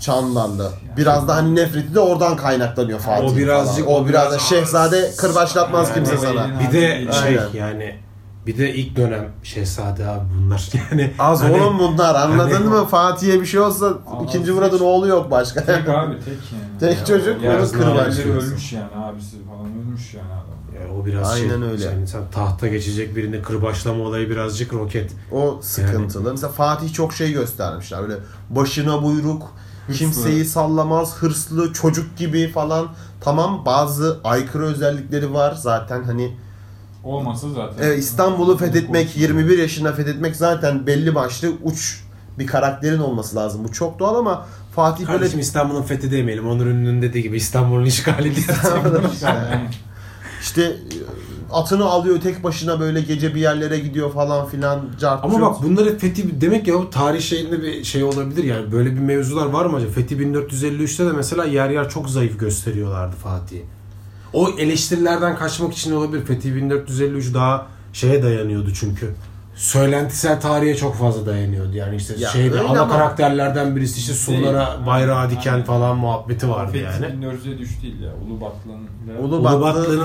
[SPEAKER 1] Çanlarla. Biraz da hani nefreti de oradan kaynaklanıyor Fatih.
[SPEAKER 2] O birazcık-
[SPEAKER 1] o biraz da
[SPEAKER 2] biraz-
[SPEAKER 1] şehzade kırbaçlatmaz
[SPEAKER 3] Yani
[SPEAKER 1] kimse
[SPEAKER 3] o
[SPEAKER 1] sana.
[SPEAKER 3] elini-
[SPEAKER 2] Bir de
[SPEAKER 1] Aynen.
[SPEAKER 2] şey yani bir de ilk dönem şehzade abi bunlar yani.
[SPEAKER 1] Az
[SPEAKER 2] hani-
[SPEAKER 1] oğlum bunlar anladın
[SPEAKER 2] Hani-
[SPEAKER 1] mı? Fatih'e bir şey olsa ikinci Murat'ın oğlu yok başka.
[SPEAKER 3] tek abi tek yani.
[SPEAKER 1] Tek
[SPEAKER 3] Ya,
[SPEAKER 1] çocuk,
[SPEAKER 3] yani
[SPEAKER 2] biraz kırbaç
[SPEAKER 3] diğerleri
[SPEAKER 2] yiyorsun.
[SPEAKER 3] ölmüş yani abisi falan ölmüş yani adam.
[SPEAKER 2] Yani o biraz şey.
[SPEAKER 1] Aynen öyle.
[SPEAKER 2] Yani sen tahta geçecek birini kırbaçlama olayı birazcık roket.
[SPEAKER 1] O sıkıntılı. Mesela Fatih çok şey göstermişler. Böyle başına buyruk,
[SPEAKER 3] Hırslı.
[SPEAKER 1] kimseyi sallamaz, hırslı, çocuk gibi falan. Tamam bazı aykırı özellikleri var zaten hani
[SPEAKER 3] Olmasa zaten.
[SPEAKER 1] e, İstanbul'u fethetmek, 21 yaşında fethetmek zaten belli başlı uç bir karakterin olması lazım. Bu çok doğal ama Fatih böyle
[SPEAKER 2] Kardeşim İstanbul'un fethi demeyelim. Onur Ünlü'nün dediği gibi İstanbul'un işgali diye. şey
[SPEAKER 3] Yani
[SPEAKER 1] işte e, atını alıyor tek başına böyle gece bir yerlere gidiyor falan filan. cart
[SPEAKER 2] Ama
[SPEAKER 1] curt.
[SPEAKER 2] bak bunları fethi demek ya o tarih şeyinde bir şey olabilir yani böyle bir mevzular var mı acaba? Fethi 1453'te de mesela yer yer çok zayıf gösteriyorlardı Fatih'i. O eleştirilerden kaçmak için olabilir. Fethi 1453 daha şeye dayanıyordu çünkü. Söylentisel tarihe çok fazla dayanıyordu. Yani işte
[SPEAKER 1] Ya
[SPEAKER 2] şeyde
[SPEAKER 1] öyle
[SPEAKER 2] ana
[SPEAKER 1] ama-
[SPEAKER 2] karakterlerden birisi işte sulara bayrağı diken falan muhabbeti vardı yani.
[SPEAKER 3] Fethi 1400'e düş değil ya. Ulubatlı'nın. ve-
[SPEAKER 1] Ulu-
[SPEAKER 2] Ulubatlı'nın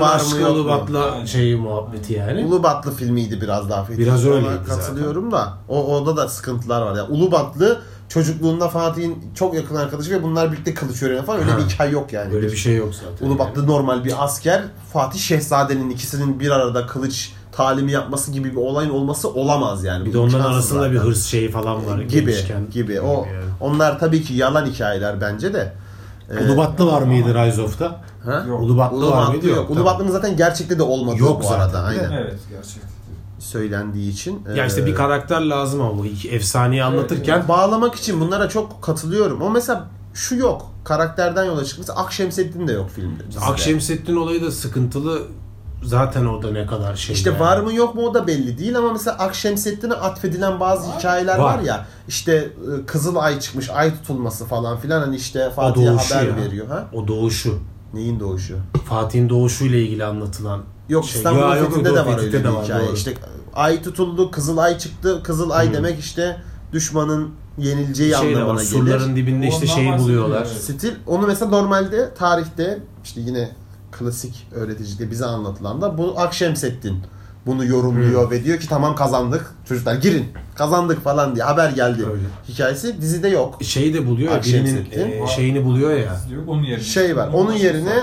[SPEAKER 1] var mı,
[SPEAKER 2] aşkı
[SPEAKER 1] yok mu?
[SPEAKER 2] Ulubatlı
[SPEAKER 3] Aynen.
[SPEAKER 2] şeyi muhabbeti yani.
[SPEAKER 1] Ulubatlı filmiydi biraz daha. Fethi.
[SPEAKER 2] Biraz
[SPEAKER 1] Ona
[SPEAKER 2] öyleydi
[SPEAKER 1] Katılıyorum da o, orada da sıkıntılar var. Yani Ulubatlı çocukluğunda Fatih'in çok yakın arkadaşı ve bunlar birlikte kılıç öğreniyor falan. Öyle
[SPEAKER 2] Ha.
[SPEAKER 1] bir hikaye yok yani.
[SPEAKER 2] Böyle bir şey yok zaten.
[SPEAKER 1] Ulubatlı normal bir asker. Fatih Şehzade'nin ikisinin bir arada kılıç talimi yapması gibi bir olayın olması olamaz yani.
[SPEAKER 2] Bir
[SPEAKER 1] Bu
[SPEAKER 2] de onların
[SPEAKER 1] imkansız
[SPEAKER 2] arasında
[SPEAKER 1] zaten.
[SPEAKER 2] bir hırs şeyi falan var.
[SPEAKER 1] gibi
[SPEAKER 2] gençken.
[SPEAKER 1] gibi. O
[SPEAKER 2] yani.
[SPEAKER 1] onlar tabii ki yalan hikayeler bence de. Ee,
[SPEAKER 2] Ulubatlı var mıydı Rise of'ta?
[SPEAKER 1] ha?
[SPEAKER 3] Yok.
[SPEAKER 2] Ulubatlı, var
[SPEAKER 1] Ulubatlı
[SPEAKER 2] mıydı?
[SPEAKER 1] yok.
[SPEAKER 2] Tamam.
[SPEAKER 1] Ulubatlı'nın zaten gerçekte de olmadığı
[SPEAKER 2] Yok
[SPEAKER 1] bu arada.
[SPEAKER 2] zaten, değil mi?
[SPEAKER 1] Aynen.
[SPEAKER 3] Evet gerçekten.
[SPEAKER 1] Söylendiği için.
[SPEAKER 2] Ya işte bir
[SPEAKER 1] Ee,
[SPEAKER 2] karakter lazım ama bu iki efsaneyi anlatırken
[SPEAKER 1] bağlamak için bunlara çok katılıyorum. Ama mesela şu yok. Karakterden yola çıkmış. Akşemseddin de yok filmde. dizide.
[SPEAKER 2] Akşemseddin olayı da sıkıntılı. Zaten orada ne kadar şey.
[SPEAKER 1] İşte
[SPEAKER 2] yani.
[SPEAKER 1] var mı yok mu o da belli değil ama mesela Akşemseddin'e atfedilen bazı hikayeler var.
[SPEAKER 2] Var.
[SPEAKER 1] ya. İşte e, Kızıl Ay çıkmış, ay tutulması falan filan hani işte Fatih'e
[SPEAKER 2] doğuşu
[SPEAKER 1] haber
[SPEAKER 2] ya.
[SPEAKER 1] veriyor ha.
[SPEAKER 2] O doğuşu.
[SPEAKER 1] Neyin doğuşu?
[SPEAKER 2] Fatih'in doğuşuyla ilgili anlatılan
[SPEAKER 1] Yok
[SPEAKER 2] şey.
[SPEAKER 1] İstanbul
[SPEAKER 2] Ya, yok,
[SPEAKER 1] Fethi'nde
[SPEAKER 2] yok,
[SPEAKER 1] de var
[SPEAKER 2] Fethi'de
[SPEAKER 1] öyle bir
[SPEAKER 2] de var,
[SPEAKER 1] hikaye.
[SPEAKER 2] doğru.
[SPEAKER 1] İşte ay tutuldu, kızıl ay çıktı. Kızıl ay
[SPEAKER 2] Hı.
[SPEAKER 1] demek işte düşmanın yenileceği
[SPEAKER 2] şey de var.
[SPEAKER 1] anlamına gelir.
[SPEAKER 2] Surların dibinde işte
[SPEAKER 3] Ondan
[SPEAKER 2] şeyi
[SPEAKER 3] bahsediyor,
[SPEAKER 2] buluyorlar.
[SPEAKER 3] evet.
[SPEAKER 1] Stil onu mesela normalde tarihte işte yine klasik öğreticide bize anlatılan da bu Akşemseddin bunu yorumluyor ve diyor ki tamam kazandık çocuklar girin kazandık falan diye haber geldi
[SPEAKER 2] Öyle.
[SPEAKER 1] hikayesi dizide yok.
[SPEAKER 2] Şeyi de buluyor. ya, Birinin
[SPEAKER 1] Akşemseddin.
[SPEAKER 2] e, şeyini buluyor ya.
[SPEAKER 3] Diyor, onun yerine.
[SPEAKER 1] Şey var onun yerine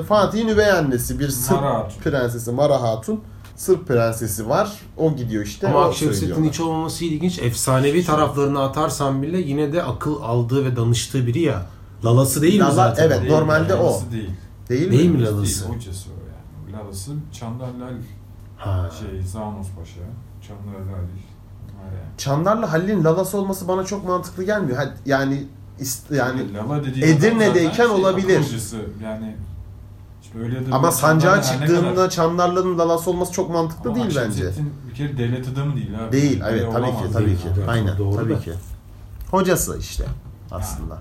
[SPEAKER 1] e, Fatih'in üvey annesi bir Sırp
[SPEAKER 3] Mara Hatun.
[SPEAKER 1] prensesi Mara Hatun Sırp prensesi var o gidiyor işte
[SPEAKER 2] Ama
[SPEAKER 1] o
[SPEAKER 2] Akşemseddin
[SPEAKER 1] söylüyor.
[SPEAKER 2] hiç olmaması ilginç. Efsanevi taraflarını atarsan bile yine de akıl aldığı ve danıştığı biri ya. Lalası değil
[SPEAKER 1] Lala-
[SPEAKER 2] mi zaten?
[SPEAKER 1] evet. e, normalde o.
[SPEAKER 3] Lalası Değil.
[SPEAKER 1] Değil
[SPEAKER 2] Değil
[SPEAKER 1] mi?
[SPEAKER 2] mi
[SPEAKER 3] Lalası.
[SPEAKER 2] lalası?
[SPEAKER 3] Değil, hocası o yani. Lalası Çandarlı Ali.
[SPEAKER 2] Ha.
[SPEAKER 3] Şey, Zanos Paşa. Çandarlı Ali. Var yani.
[SPEAKER 1] Çandarlı Halil'in lalası olması bana çok mantıklı gelmiyor. Ha- Yani ist- yani
[SPEAKER 3] Lala dediğin
[SPEAKER 1] Edirne'deyken
[SPEAKER 3] adam zaten
[SPEAKER 1] olabilir.
[SPEAKER 3] akıl hocası. Yani işte öyle de
[SPEAKER 1] Ama
[SPEAKER 3] böyle
[SPEAKER 1] sancağa
[SPEAKER 3] insanlar her ne kadar-
[SPEAKER 1] çıktığında Çandarlı'nın lalası olması çok mantıklı
[SPEAKER 3] Ama
[SPEAKER 1] değil bence.
[SPEAKER 3] Akşemseddin bir kere devlet adamı değil abi.
[SPEAKER 1] Değil evet
[SPEAKER 3] Öyle
[SPEAKER 1] tabii
[SPEAKER 3] olamaz
[SPEAKER 1] ki tabii
[SPEAKER 3] yani.
[SPEAKER 1] ki.
[SPEAKER 2] Evet,
[SPEAKER 1] Aynen
[SPEAKER 2] doğru
[SPEAKER 1] tabii
[SPEAKER 2] da.
[SPEAKER 1] ki. Hocası işte aslında.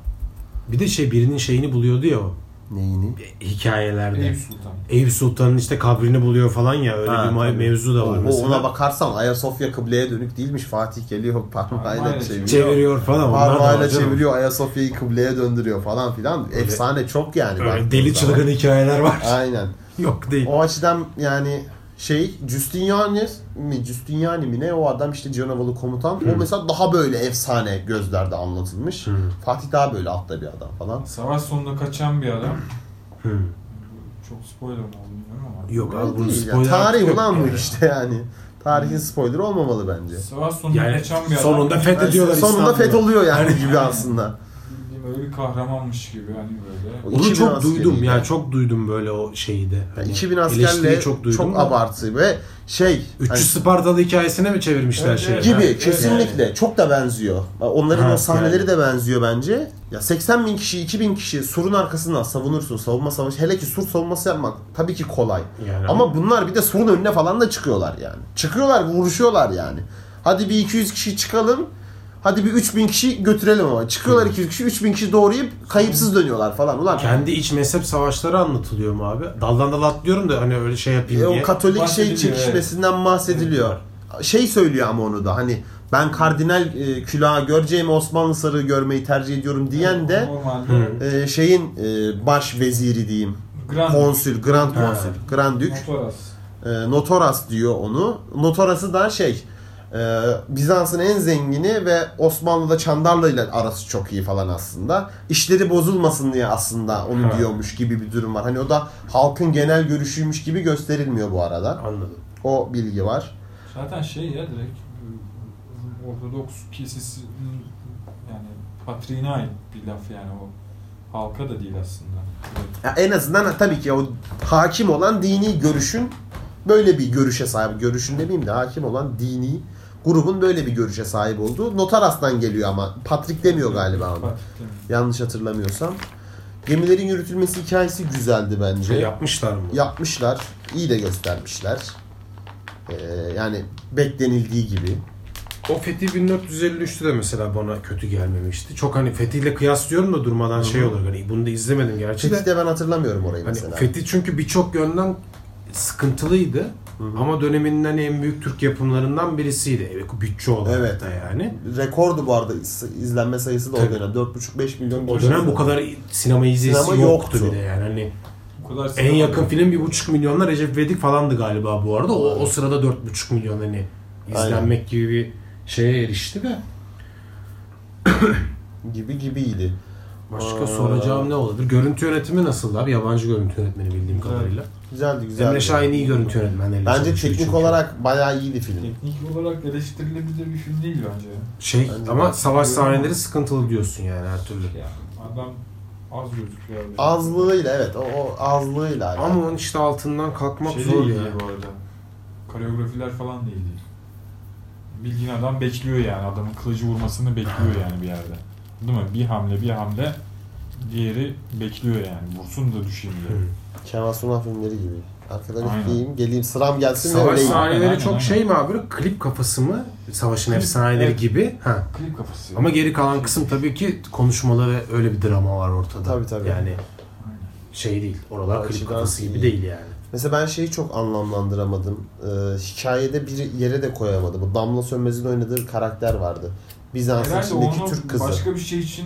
[SPEAKER 2] Bir de şey birinin şeyini buluyordu ya o.
[SPEAKER 1] Neyini?
[SPEAKER 2] Hikayelerde.
[SPEAKER 3] Eyüp Sultan.
[SPEAKER 2] Eyüp Sultan'ın işte kabrini buluyor falan ya öyle
[SPEAKER 1] Ha,
[SPEAKER 2] bir ma-
[SPEAKER 1] tabii.
[SPEAKER 2] mevzu da var
[SPEAKER 1] O,
[SPEAKER 2] mesela.
[SPEAKER 1] ona bakarsan Ayasofya kıbleye dönük değilmiş. Fatih geliyor parmağıyla
[SPEAKER 3] Parmağıyla
[SPEAKER 1] çeviriyor.
[SPEAKER 2] Çeviriyor falan onlar da var
[SPEAKER 1] Parmağıyla
[SPEAKER 2] canım.
[SPEAKER 1] çeviriyor Ayasofya'yı kıbleye döndürüyor falan filan. Efsane çok yani.
[SPEAKER 2] Öyle
[SPEAKER 1] baktığın
[SPEAKER 2] deli
[SPEAKER 1] zaman.
[SPEAKER 2] çılgın hikayeler var.
[SPEAKER 1] Aynen.
[SPEAKER 2] Yok değil.
[SPEAKER 1] O açıdan yani şey Justiniani mi Justiniani mi ne o adam işte Canovalı komutan.
[SPEAKER 2] Hmm.
[SPEAKER 1] O mesela daha böyle efsane gözlerde anlatılmış. Fatih daha böyle altta bir adam falan.
[SPEAKER 3] Savaş sonunda kaçan bir adam.
[SPEAKER 2] Hı.
[SPEAKER 3] Çok spoiler mı oldu bilmiyorum ama.
[SPEAKER 2] Yok
[SPEAKER 1] Öyle
[SPEAKER 2] abi bunu
[SPEAKER 1] değil ya.
[SPEAKER 2] spoiler
[SPEAKER 1] Tarih
[SPEAKER 2] yok
[SPEAKER 1] ulan bu
[SPEAKER 2] yani.
[SPEAKER 1] işte yani. Tarihin spoilerı olmamalı bence.
[SPEAKER 3] Savaş sonunda
[SPEAKER 2] Yani
[SPEAKER 3] kaçan bir adam.
[SPEAKER 2] sonunda
[SPEAKER 1] Yani
[SPEAKER 2] fethediyorlar
[SPEAKER 1] sonunda
[SPEAKER 2] İstanbul'u.
[SPEAKER 1] feth oluyor yani gibi aslında.
[SPEAKER 3] Bildiğin öyle bir kahramanmış gibi hani böyle.
[SPEAKER 1] O
[SPEAKER 2] Onu
[SPEAKER 1] 2000
[SPEAKER 2] çok duydum
[SPEAKER 1] askeriyle.
[SPEAKER 2] yani çok duydum böyle o şeyi de. Hani
[SPEAKER 1] Yani 2000
[SPEAKER 2] eleştiriyi
[SPEAKER 1] askerle çok,
[SPEAKER 2] çok duydum. da.
[SPEAKER 1] abartı ve şey
[SPEAKER 2] 300
[SPEAKER 1] hani-
[SPEAKER 2] Spartalı hikayesine mi çevirmişler
[SPEAKER 3] Evet,
[SPEAKER 2] şeyi?
[SPEAKER 3] evet.
[SPEAKER 1] gibi
[SPEAKER 3] Yani,
[SPEAKER 1] kesinlikle çok da benziyor. Onların
[SPEAKER 2] Ha,
[SPEAKER 1] o sahneleri
[SPEAKER 2] yani.
[SPEAKER 1] de benziyor bence. Ya 80 bin kişi, 2000 kişi surun arkasından savunursun. Savunma savaşı. Hele ki sur savunması yapmak tabii ki kolay.
[SPEAKER 2] Yani hani
[SPEAKER 1] Ama bunlar bir de surun önüne falan da çıkıyorlar yani. Çıkıyorlar, vuruşuyorlar yani. Hadi bir 200 kişi çıkalım. Hadi bir 3000 kişi götürelim ama. Çıkıyorlar 200 kişi, 3000 kişi doğrayıp kayıpsız dönüyorlar falan. Ulan
[SPEAKER 2] Kendi iç mezhep savaşları anlatılıyor mu abi? Daldan dala atlıyorum da hani öyle şey yapayım
[SPEAKER 1] E, o
[SPEAKER 2] diye.
[SPEAKER 1] Katolik şey
[SPEAKER 3] Bahsediliyor,
[SPEAKER 1] çekişmesinden bahsediliyor. Şey söylüyor ama onu da hani ben kardinal e, külahı göreceğim Osmanlı sarığı görmeyi tercih ediyorum diyen de
[SPEAKER 3] Normalde
[SPEAKER 2] Hı.
[SPEAKER 1] e, şeyin e, baş veziri diyeyim.
[SPEAKER 3] Grand
[SPEAKER 1] Konsül, Grand
[SPEAKER 2] Ha.
[SPEAKER 1] Konsül, Grand Dük.
[SPEAKER 3] Motoras.
[SPEAKER 1] E, Notoras diyor onu. Notoras'ı da şey e, Bizans'ın en zengini ve Osmanlı'da Çandarlı ile arası çok iyi falan aslında. İşleri bozulmasın diye aslında onu
[SPEAKER 2] Ha.
[SPEAKER 1] diyormuş gibi bir durum var. Hani o da halkın genel görüşüymüş gibi gösterilmiyor bu arada.
[SPEAKER 2] Anladım.
[SPEAKER 1] O bilgi var.
[SPEAKER 3] Zaten şey ya direkt e, Ortodoks kilisesinin yani patriğine ait bir laf yani o. Halka da değil aslında. Evet.
[SPEAKER 1] Ya en azından tabii ki o hakim olan dini görüşün böyle bir görüşe sahip. Görüşün demeyeyim de hakim olan dini grubun böyle bir görüşe sahip olduğu. Notaras'tan geliyor ama Patrik demiyor galiba ona.
[SPEAKER 3] Patrik demiyor.
[SPEAKER 1] Yanlış hatırlamıyorsam. Gemilerin yürütülmesi hikayesi güzeldi bence.
[SPEAKER 2] Şey yapmışlar mı?
[SPEAKER 1] Yapmışlar. iyi de göstermişler. Ee, yani beklenildiği gibi.
[SPEAKER 2] O Fethi 1453'tü de mesela bana kötü gelmemişti. Çok hani Fethi ile kıyaslıyorum da durmadan şey olur. Hani bunu da izlemedim gerçi de.
[SPEAKER 1] Fethi'de ben hatırlamıyorum orayı
[SPEAKER 2] Hani
[SPEAKER 1] mesela.
[SPEAKER 2] Fethi çünkü birçok yönden sıkıntılıydı. Ama döneminin hani en büyük Türk yapımlarından birisiydi. Evet, bütçe olarak
[SPEAKER 1] Evet.
[SPEAKER 2] da yani.
[SPEAKER 1] Rekordu bu arada iz- izlenme sayısı da o
[SPEAKER 2] Tabii.
[SPEAKER 1] dönem. 4,5-5 milyon
[SPEAKER 2] O
[SPEAKER 1] gece
[SPEAKER 2] dönem bu
[SPEAKER 1] izlendi.
[SPEAKER 2] kadar sinema izleyicisi
[SPEAKER 1] Sinema
[SPEAKER 2] yoktu,
[SPEAKER 1] yoktu.
[SPEAKER 2] bir de yani. Hani
[SPEAKER 3] Bu kadar
[SPEAKER 2] en
[SPEAKER 3] sinema-
[SPEAKER 2] yakın film bir buçuk milyonla Recep İvedik falandı galiba bu arada. O, o sırada dört buçuk milyon hani izlenmek gibi bir şeye erişti de.
[SPEAKER 1] gibi gibiydi.
[SPEAKER 2] Başka
[SPEAKER 1] Aa.
[SPEAKER 2] soracağım ne olabilir? Görüntü yönetimi nasıl abi? Yabancı görüntü yönetmeni bildiğim
[SPEAKER 3] Güzel.
[SPEAKER 2] kadarıyla.
[SPEAKER 1] Güzeldi güzeldi.
[SPEAKER 2] Emre Şahin iyi görüntü yönetmeni.
[SPEAKER 1] Bence teknik olarak bayağı iyiydi film.
[SPEAKER 3] Teknik olarak eleştirilebilir bir film değil bence.
[SPEAKER 2] Şey
[SPEAKER 1] Bence
[SPEAKER 2] ama
[SPEAKER 1] de.
[SPEAKER 2] savaş sahneleri sıkıntılı diyorsun yani her türlü.
[SPEAKER 3] Ya, adam az gözüküyor. abi.
[SPEAKER 1] Azlığıyla evet o, o azlığıyla. alakalı.
[SPEAKER 2] Ama onun işte altından kalkmak
[SPEAKER 3] Şey
[SPEAKER 2] zor
[SPEAKER 3] zor
[SPEAKER 2] ya.
[SPEAKER 3] bu arada. Koreografiler falan değil değil. Bildiğin adam bekliyor yani. Adamın kılıcı vurmasını bekliyor yani bir yerde. Değil mi? Bir hamle bir hamle diğeri bekliyor yani. Vursun da düşeyim diye.
[SPEAKER 1] Kemal Sunal filmleri gibi. Arkadan
[SPEAKER 3] Aynen.
[SPEAKER 1] üfleyeyim geleyim sıram gelsin ve
[SPEAKER 2] Savaş
[SPEAKER 1] öleyim.
[SPEAKER 3] sahne-
[SPEAKER 2] sahneleri
[SPEAKER 3] Aynen,
[SPEAKER 2] çok
[SPEAKER 3] aynen.
[SPEAKER 2] şey mi abi? böyle Klip kafası mı? Savaşın
[SPEAKER 3] Klip,
[SPEAKER 2] efsaneleri
[SPEAKER 3] evet.
[SPEAKER 2] gibi. Ha.
[SPEAKER 3] Klip kafası.
[SPEAKER 2] Ama geri kalan kısım tabii ki konuşmalı ve öyle bir drama var ortada.
[SPEAKER 1] Tabii, tabii.
[SPEAKER 2] Yani şey değil. Oralar
[SPEAKER 1] Açıdan
[SPEAKER 2] klip kafası gibi
[SPEAKER 1] iyi.
[SPEAKER 2] değil yani.
[SPEAKER 1] Mesela ben şeyi çok anlamlandıramadım. Ee, hikayede bir yere de koyamadı. Bu Damla Sönmez'in oynadığı karakter vardı. Bizans'ın
[SPEAKER 3] Herhalde
[SPEAKER 1] içindeki
[SPEAKER 3] onu
[SPEAKER 1] Türk kızı.
[SPEAKER 3] başka bir şey için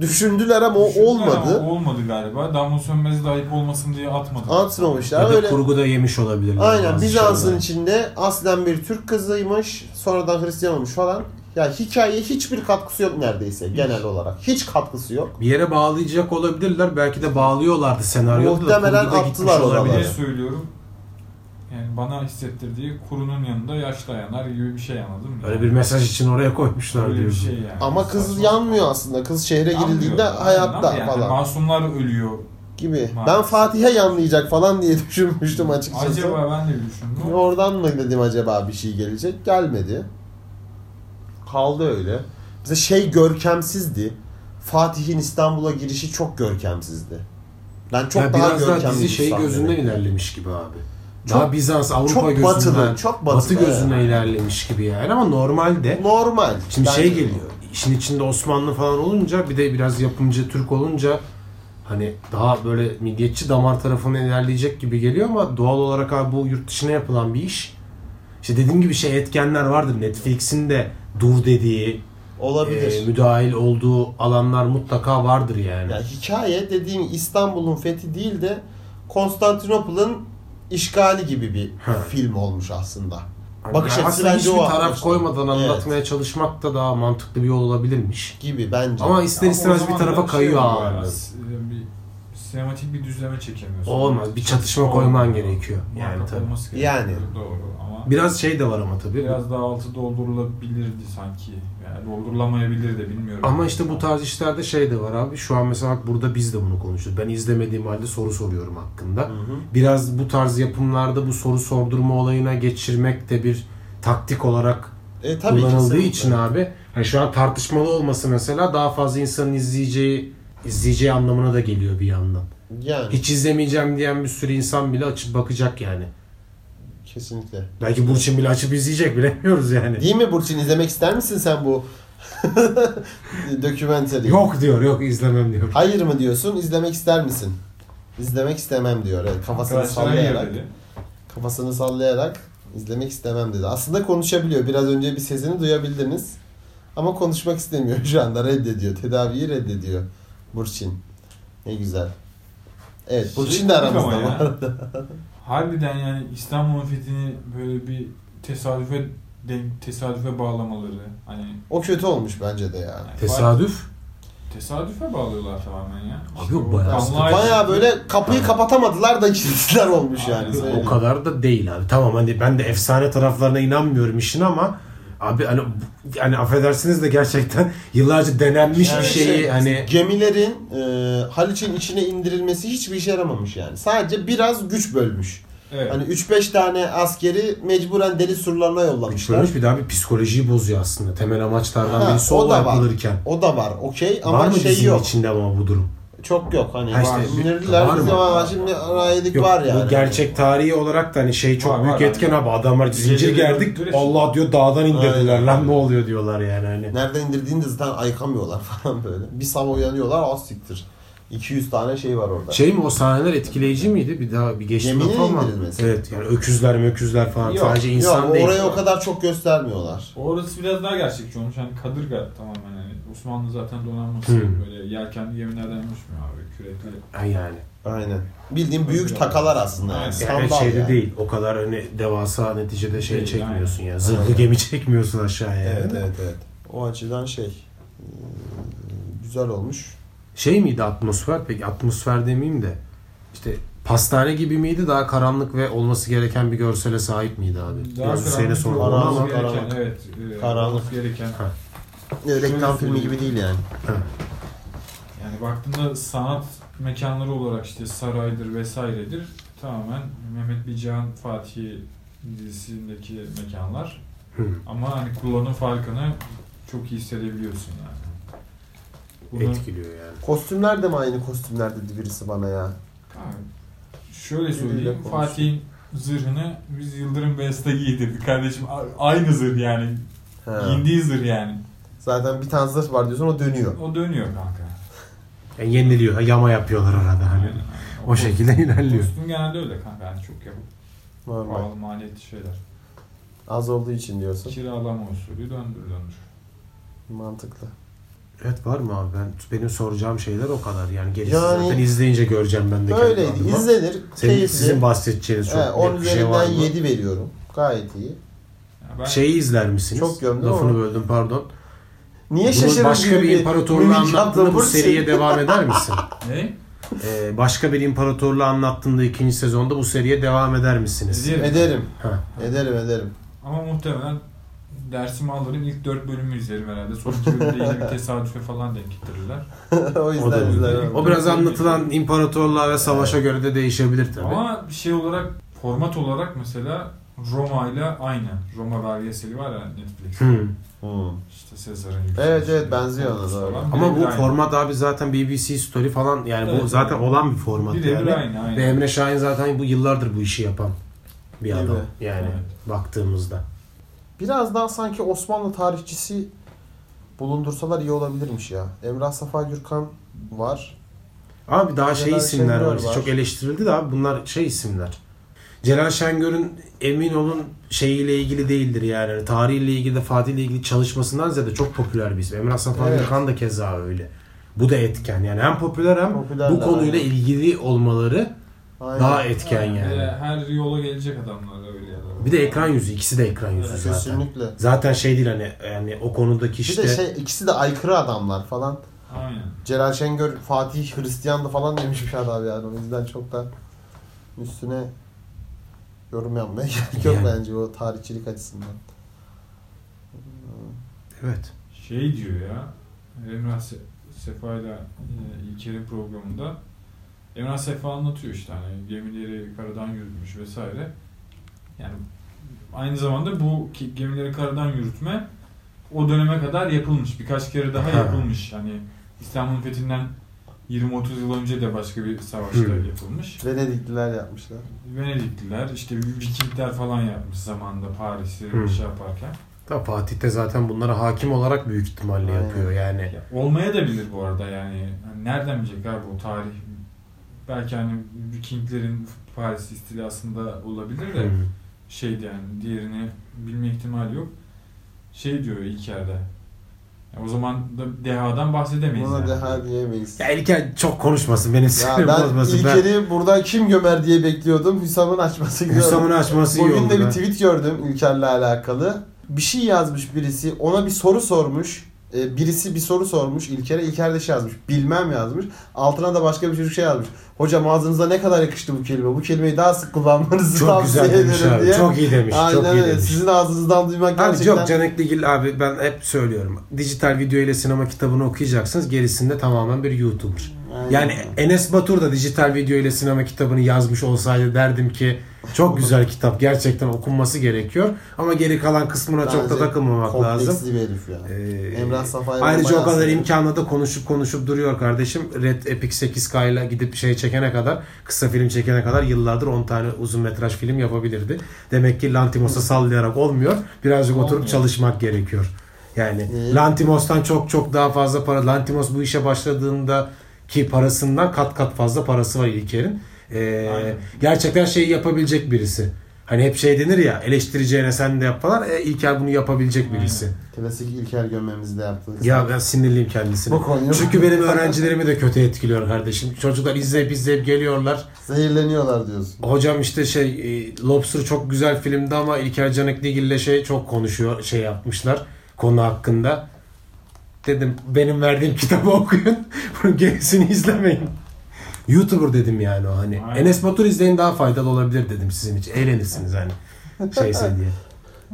[SPEAKER 1] Düşündüler ama o
[SPEAKER 3] düşündüler
[SPEAKER 1] olmadı.
[SPEAKER 3] ama olmadı galiba. Damla Sönmez de ayıp olmasın diye atmadı.
[SPEAKER 1] Atmamışlar.
[SPEAKER 2] ya da
[SPEAKER 1] öyle...
[SPEAKER 2] kurguda yemiş olabilirler.
[SPEAKER 1] Aynen
[SPEAKER 2] bazı
[SPEAKER 1] Bizans'ın
[SPEAKER 2] şeyler.
[SPEAKER 1] içinde aslen bir Türk kızıymış. Sonradan Hristiyan olmuş falan. Ya hikayeye hiçbir katkısı yok neredeyse genel olarak. Hiç katkısı yok.
[SPEAKER 2] Bir yere bağlayacak olabilirler. Belki de bağlıyorlardı senaryoda
[SPEAKER 1] Muhtemelen
[SPEAKER 2] da kurguda gitmiş
[SPEAKER 1] attılar oralara.
[SPEAKER 3] Bir de
[SPEAKER 2] olabilir.
[SPEAKER 1] Olabilir.
[SPEAKER 3] söylüyorum. Yani bana hissettirdiği kurunun yanında yaş dayanar gibi bir şey anladın mı?
[SPEAKER 2] Öyle bir mesaj için oraya koymuşlar
[SPEAKER 3] Öyle bir
[SPEAKER 2] diyorsun.
[SPEAKER 3] şey yani.
[SPEAKER 1] Ama kız
[SPEAKER 3] Saçma.
[SPEAKER 1] yanmıyor aslında. Kız şehre girildiğinde
[SPEAKER 3] Yanmıyor.
[SPEAKER 1] hayatta
[SPEAKER 3] Yani
[SPEAKER 1] falan
[SPEAKER 3] Masumlar ölüyor.
[SPEAKER 1] gibi. Ben
[SPEAKER 3] Maalesef.
[SPEAKER 1] Fatih'e yanlayacak falan diye düşünmüştüm açıkçası.
[SPEAKER 3] Acaba ben de bir düşündüm.
[SPEAKER 1] Oradan mı dedim acaba bir şey gelecek? Gelmedi. Kaldı öyle. Mesela şey görkemsizdi. Fatih'in İstanbul'a girişi çok görkemsizdi. Ben çok
[SPEAKER 2] ya
[SPEAKER 1] daha
[SPEAKER 2] biraz daha
[SPEAKER 1] görkemli
[SPEAKER 2] dizi
[SPEAKER 1] bir
[SPEAKER 2] şey
[SPEAKER 1] sahne.
[SPEAKER 2] gözünden ilerlemiş gibi abi.
[SPEAKER 1] Çok-
[SPEAKER 2] daha Bizans, Avrupa
[SPEAKER 1] çok
[SPEAKER 2] gözünden,
[SPEAKER 1] batılı, çok batılı,
[SPEAKER 2] batı gözüne
[SPEAKER 1] evet.
[SPEAKER 2] ilerlemiş gibi yani ama normalde
[SPEAKER 1] Normal.
[SPEAKER 2] şimdi
[SPEAKER 1] Bence-
[SPEAKER 2] şey geliyor. İşin içinde Osmanlı falan olunca bir de biraz yapımcı Türk olunca hani daha böyle milliyetçi damar tarafına ilerleyecek gibi geliyor ama doğal olarak abi bu yurt dışına yapılan bir iş. İşte dediğim gibi şey etkenler vardır. Netflix'in de dur dediği,
[SPEAKER 1] Olabilir.
[SPEAKER 2] e, müdahil olduğu alanlar mutlaka vardır yani.
[SPEAKER 1] Ya hikaye dediğim İstanbul'un fethi değil de Konstantinopol'un işgali gibi bir
[SPEAKER 2] Ha.
[SPEAKER 1] film olmuş aslında.
[SPEAKER 2] Hani
[SPEAKER 1] Bakış
[SPEAKER 2] yani
[SPEAKER 1] açısı
[SPEAKER 2] aslında
[SPEAKER 1] bence
[SPEAKER 2] hiçbir
[SPEAKER 1] o
[SPEAKER 2] taraf
[SPEAKER 1] arkadaşlar.
[SPEAKER 2] koymadan
[SPEAKER 1] Evet.
[SPEAKER 2] anlatmaya çalışmak da daha mantıklı bir yol olabilirmiş.
[SPEAKER 1] Gibi bence.
[SPEAKER 2] Ama ister
[SPEAKER 3] Ama o
[SPEAKER 2] istemez bir
[SPEAKER 3] zaman şey
[SPEAKER 2] tarafa
[SPEAKER 3] da
[SPEAKER 2] kayıyor
[SPEAKER 3] oluyor
[SPEAKER 2] ağırlığı.
[SPEAKER 3] yani, s- e, Bir sinematik bir düzleme çekemiyorsun.
[SPEAKER 2] Olmaz. Bir çatışma koyman gerekiyor. Yani
[SPEAKER 3] Muhakkak
[SPEAKER 2] tabii.
[SPEAKER 3] olması
[SPEAKER 1] Yani.
[SPEAKER 3] gerekiyor, Doğru ama
[SPEAKER 2] Biraz şey de var ama tabii.
[SPEAKER 3] biraz daha altı doldurulabilirdi sanki. Yani doldurulamayabilir de bilmiyorum.
[SPEAKER 2] Ama işte bu tarz işlerde şey de var abi. Şu an mesela bak burada biz de bunu konuşuyoruz. Ben izlemediğim halde soru soruyorum hakkında. Biraz bu tarz yapımlarda bu soru sordurma olayına geçirmek de bir taktik olarak
[SPEAKER 1] E, tabii
[SPEAKER 2] kullanıldığı
[SPEAKER 1] kesinlikle.
[SPEAKER 2] için abi. Hani şu an tartışmalı olması mesela daha fazla insanın izleyeceği izleyeceği anlamına da geliyor bir yandan.
[SPEAKER 1] Yani
[SPEAKER 2] Hiç izlemeyeceğim diyen bir sürü insan bile açıp bakacak yani.
[SPEAKER 1] kesinlikle.
[SPEAKER 2] Belki Burçin bile açıp izleyecek bilemiyoruz yani.
[SPEAKER 1] Değil mi Burçin izlemek ister misin sen bu dokümenteri?
[SPEAKER 2] Yok diyor yok izlemem diyor.
[SPEAKER 1] Hayır mı diyorsun? İzlemek ister misin? İzlemek istemem diyor. Evet, kafasını
[SPEAKER 3] Arkadaşlara yer
[SPEAKER 1] sallayarak.
[SPEAKER 3] dedi.
[SPEAKER 1] Kafasını sallayarak izlemek istemem dedi. Aslında konuşabiliyor. Biraz önce bir sesini duyabildiniz. Ama konuşmak istemiyor şu anda. Reddediyor. Tedaviyi reddediyor. Burçin. Ne güzel. Evet Burçin de
[SPEAKER 3] Şey
[SPEAKER 1] aramızda
[SPEAKER 3] ama ya.
[SPEAKER 1] var.
[SPEAKER 3] Harbiden yani İstanbul'un fethini böyle bir tesadüfe denk, tesadüfe bağlamaları hani
[SPEAKER 1] O kötü olmuş bence de ya.
[SPEAKER 2] Tesadüf.
[SPEAKER 3] tesadüfe bağlıyorlar tamamen ya.
[SPEAKER 2] Abi
[SPEAKER 3] İşte
[SPEAKER 2] yok,
[SPEAKER 3] o
[SPEAKER 2] bayağı
[SPEAKER 3] damla
[SPEAKER 2] sıkıntı.
[SPEAKER 3] aşıklığı-
[SPEAKER 1] Bayağı böyle kapıyı kapatamadılar da girdiler olmuş yani.
[SPEAKER 3] Aynen.
[SPEAKER 1] Söyleyeyim.
[SPEAKER 2] O kadar da değil abi. Tamam hani ben de efsane taraflarına inanmıyorum işin ama abi hani bu- yani affedersiniz de gerçekten yıllarca denenmiş
[SPEAKER 1] Yani
[SPEAKER 2] bir şeyi
[SPEAKER 1] şey,
[SPEAKER 2] hani
[SPEAKER 1] gemilerin e, Haliç'in içine indirilmesi hiçbir işe yaramamış yani. Sadece biraz güç bölmüş.
[SPEAKER 3] Evet.
[SPEAKER 1] Hani 3-5 tane askeri mecburen deniz surlarına yollamışlar.
[SPEAKER 2] Görmüş bir daha bir psikolojiyi bozuyor aslında. Temel amaçlardan
[SPEAKER 1] Ha,
[SPEAKER 2] birisi
[SPEAKER 1] o
[SPEAKER 2] o
[SPEAKER 1] da var.
[SPEAKER 2] yapılırken.
[SPEAKER 1] O da var okey ama
[SPEAKER 2] Var mı
[SPEAKER 1] şey
[SPEAKER 2] bizim
[SPEAKER 1] yok.
[SPEAKER 2] içinde ama bu durum?
[SPEAKER 1] Çok yok hani.
[SPEAKER 2] Ha işte,
[SPEAKER 1] sinirliler
[SPEAKER 2] şey var mı?
[SPEAKER 1] ama şimdi Rayedik
[SPEAKER 2] Yok,
[SPEAKER 1] var yani.
[SPEAKER 2] Bu gerçek tarihi olarak da hani şey çok
[SPEAKER 3] Var,
[SPEAKER 2] büyük
[SPEAKER 3] var
[SPEAKER 2] etken abi adamlar zincir
[SPEAKER 3] Geceleri
[SPEAKER 2] gerdik
[SPEAKER 3] öldürür.
[SPEAKER 2] Allah diyor dağdan indirdiler
[SPEAKER 1] Aynen.
[SPEAKER 2] lan ne oluyor diyorlar yani hani.
[SPEAKER 1] Nereden indirdiğini de zaten ayıkamıyorlar falan böyle. Bir sabah uyanıyorlar az siktir. 200 tane şey var orada.
[SPEAKER 2] Şey mi o sahneler etkileyici miydi? Bir daha bir geçti
[SPEAKER 1] Geminin
[SPEAKER 2] lafı ama.
[SPEAKER 1] indirilmesi.
[SPEAKER 2] Evet yani öküzler möküzler falan sadece insan
[SPEAKER 1] yok,
[SPEAKER 2] değil.
[SPEAKER 1] Oraya o kadar çok göstermiyorlar.
[SPEAKER 3] Orası biraz daha gerçekçi olmuş. Hani Kadırga tamamen hani Osmanlı zaten donanması
[SPEAKER 2] Hı.
[SPEAKER 3] böyle yelkenli gemilerden uçmuyor abi kürekli.
[SPEAKER 2] Ha yani.
[SPEAKER 1] Aynen. Bildiğin büyük takalar aslında yani.
[SPEAKER 3] Yani
[SPEAKER 2] Yani
[SPEAKER 1] Sandal
[SPEAKER 2] şeyde
[SPEAKER 1] yani.
[SPEAKER 2] şey değil. O kadar hani devasa neticede şey
[SPEAKER 3] Değil,
[SPEAKER 2] çekmiyorsun ya.
[SPEAKER 1] Aynen.
[SPEAKER 2] Zırhlı gemi çekmiyorsun aşağıya. yani.
[SPEAKER 1] Evet evet evet. O açıdan şey e, güzel olmuş.
[SPEAKER 2] Şey miydi atmosfer? Peki atmosfer demeyeyim de işte pastane gibi miydi? Daha karanlık ve olması gereken bir görsele sahip miydi abi?
[SPEAKER 3] Daha
[SPEAKER 2] Biraz Hüseyin'e
[SPEAKER 3] karanlık
[SPEAKER 2] sorguladım
[SPEAKER 1] karanlık.
[SPEAKER 2] ama.
[SPEAKER 3] olması gereken,
[SPEAKER 1] karanlık.
[SPEAKER 3] Evet. e,
[SPEAKER 1] Karanlık.
[SPEAKER 3] olması gereken.
[SPEAKER 1] E, Reklam
[SPEAKER 3] Şöyle
[SPEAKER 1] filmi
[SPEAKER 3] söyleyeyim.
[SPEAKER 1] gibi değil yani.
[SPEAKER 3] Yani baktığında sanat mekanları olarak işte saraydır vesairedir. Tamamen Mehmet Bican Fatih dizisindeki mekanlar.
[SPEAKER 2] Hı.
[SPEAKER 3] Ama hani kullanım farkını çok iyi hissedebiliyorsun yani. Bunu-
[SPEAKER 2] Etkiliyor yani.
[SPEAKER 1] Kostümler de mi aynı kostümler dedi birisi bana ya.
[SPEAKER 3] Abi, şöyle
[SPEAKER 1] Biriyle
[SPEAKER 3] söyleyeyim.
[SPEAKER 1] konuştum.
[SPEAKER 3] Fatih'in zırhını biz Yıldırım Beyazıt'a giydirdik kardeşim. A- Aynı zırh yani.
[SPEAKER 1] He.
[SPEAKER 3] Giyindiği zırh yani.
[SPEAKER 1] Zaten bir tane zırh var diyorsun o dönüyor.
[SPEAKER 3] O dönüyor kanka.
[SPEAKER 2] Yani yeniliyor. ha, Yama yapıyorlar arada. Hani.
[SPEAKER 3] Aynen.
[SPEAKER 2] O şekilde ilerliyor.
[SPEAKER 3] Kostüm genelde öyle kanka. Yani çok yapıp
[SPEAKER 1] Normal.
[SPEAKER 3] pahalı maliyetli şeyler.
[SPEAKER 1] Az olduğu için diyorsun.
[SPEAKER 3] Kiralama usulü döndür döndür.
[SPEAKER 1] Mantıklı.
[SPEAKER 2] Evet var mı abi? Ben, benim soracağım şeyler o kadar. Yani gerisi
[SPEAKER 1] Yani-
[SPEAKER 2] zaten izleyince göreceğim ben de. kendi
[SPEAKER 1] Böyleydi.
[SPEAKER 2] adıma.
[SPEAKER 1] İzlenir.
[SPEAKER 2] Senin,
[SPEAKER 1] keyifli.
[SPEAKER 2] sizin bahsedeceğiniz çok
[SPEAKER 1] He, 10
[SPEAKER 2] net bir şey var
[SPEAKER 1] üzerinden
[SPEAKER 2] mı?
[SPEAKER 1] 7 veriyorum. Gayet iyi.
[SPEAKER 3] Yani ben
[SPEAKER 2] Şeyi izler misiniz?
[SPEAKER 1] Çok gömdüm
[SPEAKER 2] Lafını
[SPEAKER 1] ama.
[SPEAKER 2] böldüm pardon.
[SPEAKER 1] Niye
[SPEAKER 2] Bunu
[SPEAKER 1] şaşırdın
[SPEAKER 2] başka
[SPEAKER 1] gibi
[SPEAKER 2] bir imparatorluğa
[SPEAKER 1] mimik
[SPEAKER 2] anlattığında
[SPEAKER 1] yaptın?
[SPEAKER 2] bu seriye
[SPEAKER 1] şey-
[SPEAKER 2] devam eder misin?
[SPEAKER 3] ne?
[SPEAKER 2] Ee, başka bir imparatorluğa anlattığında ikinci sezonda bu seriye devam eder misiniz?
[SPEAKER 3] Dizi-
[SPEAKER 1] Ederim.
[SPEAKER 2] Ha.
[SPEAKER 1] Ederim ederim.
[SPEAKER 3] Ama muhtemelen dersimi alırım ilk 4 bölümü izlerim herhalde. Son iki bölümde yine bir tesadüfe falan denk getirirler.
[SPEAKER 1] o
[SPEAKER 2] O, da
[SPEAKER 1] yüzden
[SPEAKER 2] öyle.
[SPEAKER 1] izlerim.
[SPEAKER 2] o biraz anlatılan imparatorluğa ve savaşa göre de değişebilir tabii.
[SPEAKER 3] Ama bir şey olarak format olarak mesela Roma ile aynı. Roma belgeseli var ya Netflix.
[SPEAKER 2] Hı.
[SPEAKER 1] Hı.
[SPEAKER 3] İşte Sezar'ın yükselişi.
[SPEAKER 1] Evet, evet, benziyor ona doğru.
[SPEAKER 3] Falan.
[SPEAKER 2] Ama bu
[SPEAKER 3] Birebir aynı.
[SPEAKER 2] format abi zaten BBC Story falan yani bu
[SPEAKER 3] Evet.
[SPEAKER 2] zaten olan bir format
[SPEAKER 3] Birebir
[SPEAKER 2] yani.
[SPEAKER 3] aynı aynı.
[SPEAKER 2] Ve Emre Şahin zaten bu yıllardır bu işi yapan bir
[SPEAKER 1] Değil
[SPEAKER 2] adam
[SPEAKER 1] mi?
[SPEAKER 2] yani
[SPEAKER 3] Evet.
[SPEAKER 2] baktığımızda.
[SPEAKER 1] Biraz daha sanki Osmanlı tarihçisi bulundursalar iyi olabilirmiş ya. Emrah Safa Gürkan var.
[SPEAKER 2] Abi daha şey
[SPEAKER 1] Celal
[SPEAKER 2] isimler
[SPEAKER 1] Şengör
[SPEAKER 2] var.
[SPEAKER 1] var.
[SPEAKER 2] Çok eleştirildi de abi bunlar şey isimler. Celal Şengör'ün emin olun şeyiyle ilgili değildir yani. Hani Tarihiyle ilgili de Fatih'le ilgili çalışmasından ziyade çok popüler bir isim. Emrah Safa
[SPEAKER 1] Evet.
[SPEAKER 2] Gürkan da keza öyle. Bu da etken. Yani hem popüler hem
[SPEAKER 1] Popülerler,
[SPEAKER 2] bu konuyla
[SPEAKER 1] aynen.
[SPEAKER 2] ilgili olmaları
[SPEAKER 1] Aynen.
[SPEAKER 2] daha etken yani.
[SPEAKER 3] Ve Her yola gelecek adamlar öyle ya da.
[SPEAKER 2] Bir de ekran yüzü. ikisi de ekran yüzü
[SPEAKER 3] Evet,
[SPEAKER 2] zaten.
[SPEAKER 1] Kesinlikle.
[SPEAKER 2] Zaten şey değil hani yani o konudaki işte
[SPEAKER 1] Bir de şey ikisi de aykırı adamlar falan.
[SPEAKER 3] Aynen.
[SPEAKER 1] Celal Şengör Fatih Hristiyanlı falan demiş bir adam yani. O yüzden çok da üstüne yorum yapmaya gerek yok
[SPEAKER 2] Yani.
[SPEAKER 1] bence o tarihçilik açısından.
[SPEAKER 2] evet.
[SPEAKER 3] Şey diyor ya. Emrah Se- Sefa ile e, İlker'in programında Emrah Sefa anlatıyor işte hani gemileri karadan yürütmüş vesaire. Yani aynı zamanda bu ki- gemileri karadan yürütme o döneme kadar yapılmış. Birkaç kere daha
[SPEAKER 2] Ha.
[SPEAKER 3] yapılmış. Hani İstanbul'un fethinden 20-30 yıl önce de başka bir savaşta
[SPEAKER 2] Hı.
[SPEAKER 3] yapılmış.
[SPEAKER 1] Venedikliler yapmışlar.
[SPEAKER 3] Venedikliler işte Vikingler falan yapmış zamanda Paris'i
[SPEAKER 2] Hı.
[SPEAKER 3] şey yaparken.
[SPEAKER 2] Da Fatih de zaten bunlara hakim olarak büyük ihtimalle
[SPEAKER 1] Aynen.
[SPEAKER 2] yapıyor yani.
[SPEAKER 3] Ya, Olmaya da bilir bu arada yani. Hani nereden bilecek abi bu tarih? Belki hani Vikinglerin Paris istilasında olabilir de
[SPEAKER 2] Hı.
[SPEAKER 3] şeydi yani diğerini bilme ihtimali yok. Şey diyor İlker'de. Ya o zaman da dehadan bahsedemeyiz.
[SPEAKER 1] Buna
[SPEAKER 3] yani.
[SPEAKER 1] deha diyemeyiz.
[SPEAKER 2] Ya İlker çok konuşmasın benim
[SPEAKER 1] Ya
[SPEAKER 2] sinirimi
[SPEAKER 1] ben
[SPEAKER 2] bozmasın. Ben
[SPEAKER 1] İlker'i buradan kim gömer diye bekliyordum. Hüsam'ın açması gibi.
[SPEAKER 2] Hüsam'ın açması iyi
[SPEAKER 1] Bugün
[SPEAKER 2] oldu.
[SPEAKER 1] de bir
[SPEAKER 2] be.
[SPEAKER 1] tweet gördüm İlker'le alakalı. Bir şey yazmış birisi. Ona bir soru sormuş. Ee, Birisi bir soru sormuş İlker'e. İlker de şey yazmış. Bilmem yazmış. Altına da başka bir çocuk şey yazmış. Hocam ağzınıza ne kadar yakıştı bu kelime. Bu kelimeyi daha sık kullanmanızı
[SPEAKER 2] Çok
[SPEAKER 1] tavsiye
[SPEAKER 2] güzel demiş
[SPEAKER 1] ederim
[SPEAKER 2] abi.
[SPEAKER 1] diye.
[SPEAKER 2] Çok iyi demiş.
[SPEAKER 1] Aynen
[SPEAKER 2] çok iyi
[SPEAKER 1] öyle.
[SPEAKER 2] demiş.
[SPEAKER 1] Sizin ağzınızdan duymak
[SPEAKER 2] Abi
[SPEAKER 1] gerçekten...
[SPEAKER 2] yok Canek Ligil abi ben hep söylüyorum. Dijital video ile sinema kitabını okuyacaksınız. Gerisinde tamamen bir YouTuber.
[SPEAKER 1] Aynen.
[SPEAKER 2] Yani Enes Batur da dijital video ile sinema kitabını yazmış olsaydı derdim ki Çok güzel kitap. Gerçekten okunması gerekiyor. Ama geri kalan kısmına çok da
[SPEAKER 1] Bence
[SPEAKER 2] takılmamak
[SPEAKER 1] kompleksli
[SPEAKER 2] lazım.
[SPEAKER 1] bir herif ya.
[SPEAKER 2] Ee,
[SPEAKER 1] Emrah Safa'ya
[SPEAKER 2] Ayrıca
[SPEAKER 1] bayağı
[SPEAKER 2] o kadar
[SPEAKER 1] sinir.
[SPEAKER 2] imkanla da konuşup konuşup duruyor kardeşim. Red Epic 8K ile gidip şey çekene kadar, kısa film çekene kadar yıllardır 10 tane uzun metraj film yapabilirdi. Demek ki Lantimos'a sallayarak olmuyor. Birazcık oturup
[SPEAKER 3] Olmuyor.
[SPEAKER 2] çalışmak gerekiyor. Yani
[SPEAKER 1] Ee,
[SPEAKER 2] Lantimos'tan çok çok daha fazla para. Lantimos bu işe başladığında ki parasından kat kat fazla parası var İlker'in. Ee,
[SPEAKER 3] Aynen.
[SPEAKER 2] gerçekten şeyi yapabilecek birisi. Hani hep şey denir ya eleştireceğine sen de yap falan. E, İlker bunu yapabilecek
[SPEAKER 3] Aynen.
[SPEAKER 2] birisi.
[SPEAKER 1] Klasik İlker gömmemizi de yaptınız.
[SPEAKER 2] Ya ben sinirliyim kendisine.
[SPEAKER 1] Bu konuyu-
[SPEAKER 2] Çünkü benim öğrencilerimi de kötü etkiliyor kardeşim. Çocuklar izleyip izleyip geliyorlar.
[SPEAKER 1] Zehirleniyorlar diyorsun.
[SPEAKER 2] Hocam işte şey e, Lobster çok güzel filmdi ama İlker Canikligil ile şey çok konuşuyor şey yapmışlar konu hakkında. Dedim benim verdiğim kitabı okuyun. Bunun gerisini izlemeyin. YouTuber dedim yani o hani.
[SPEAKER 3] Aynen.
[SPEAKER 2] Enes Batur izleyin daha faydalı olabilir dedim sizin için. Eğlenirsiniz hani. Şeyse diye.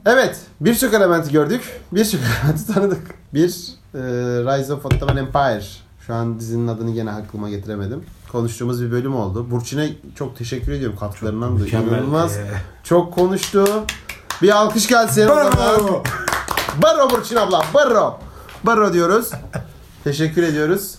[SPEAKER 1] Evet. Birçok elementi gördük. Birçok elementi tanıdık. Bir e, Rise of Ottoman Empire. Şu an dizinin adını gene aklıma getiremedim. Konuştuğumuz bir bölüm oldu. Burçin'e çok teşekkür ediyorum katkılarından dolayı. İnanılmaz.
[SPEAKER 2] Ee,
[SPEAKER 1] Çok konuştu. Bir alkış gelsin. o zaman.
[SPEAKER 2] bravo.
[SPEAKER 1] Barro Burçin abla. Barro. Barro diyoruz. Teşekkür ediyoruz.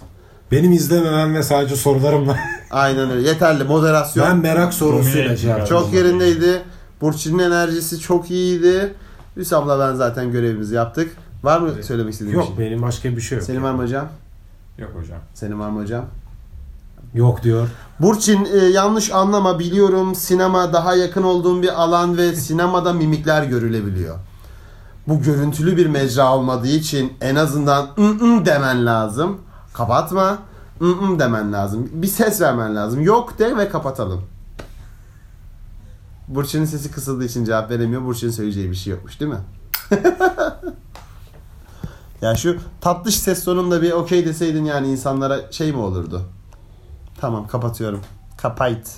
[SPEAKER 2] Benim izlememem ve sadece sorularımla.
[SPEAKER 1] Aynen öyle. Yeterli. Moderasyon.
[SPEAKER 2] ben merak sorusuyla
[SPEAKER 3] Domine-
[SPEAKER 2] cevap
[SPEAKER 1] Çok yerindeydi. Burçin'in enerjisi çok iyiydi. Hüsam'la ben zaten görevimizi yaptık. Var mı söylemek istediğin bir
[SPEAKER 2] Yok
[SPEAKER 1] şey?
[SPEAKER 2] benim başka bir şey yok.
[SPEAKER 1] Senin var mı hocam?
[SPEAKER 3] Yok hocam.
[SPEAKER 1] Senin var mı hocam?
[SPEAKER 2] Yok diyor.
[SPEAKER 1] Burçin e, yanlış anlama biliyorum sinema daha yakın olduğum bir alan ve sinemada mimikler görülebiliyor. Bu görüntülü bir mecra olmadığı için en azından ı demen lazım. Kapatma. ı demen lazım. Bir ses vermen lazım. Yok de ve kapatalım. Burçin'in sesi kısıldığı için cevap veremiyor. Burçin'in söyleyeceği bir şey yokmuş değil mi? ya şu tatlış ses sonunda bir okey deseydin yani insanlara şey mi olurdu? Tamam kapatıyorum. Kapayt.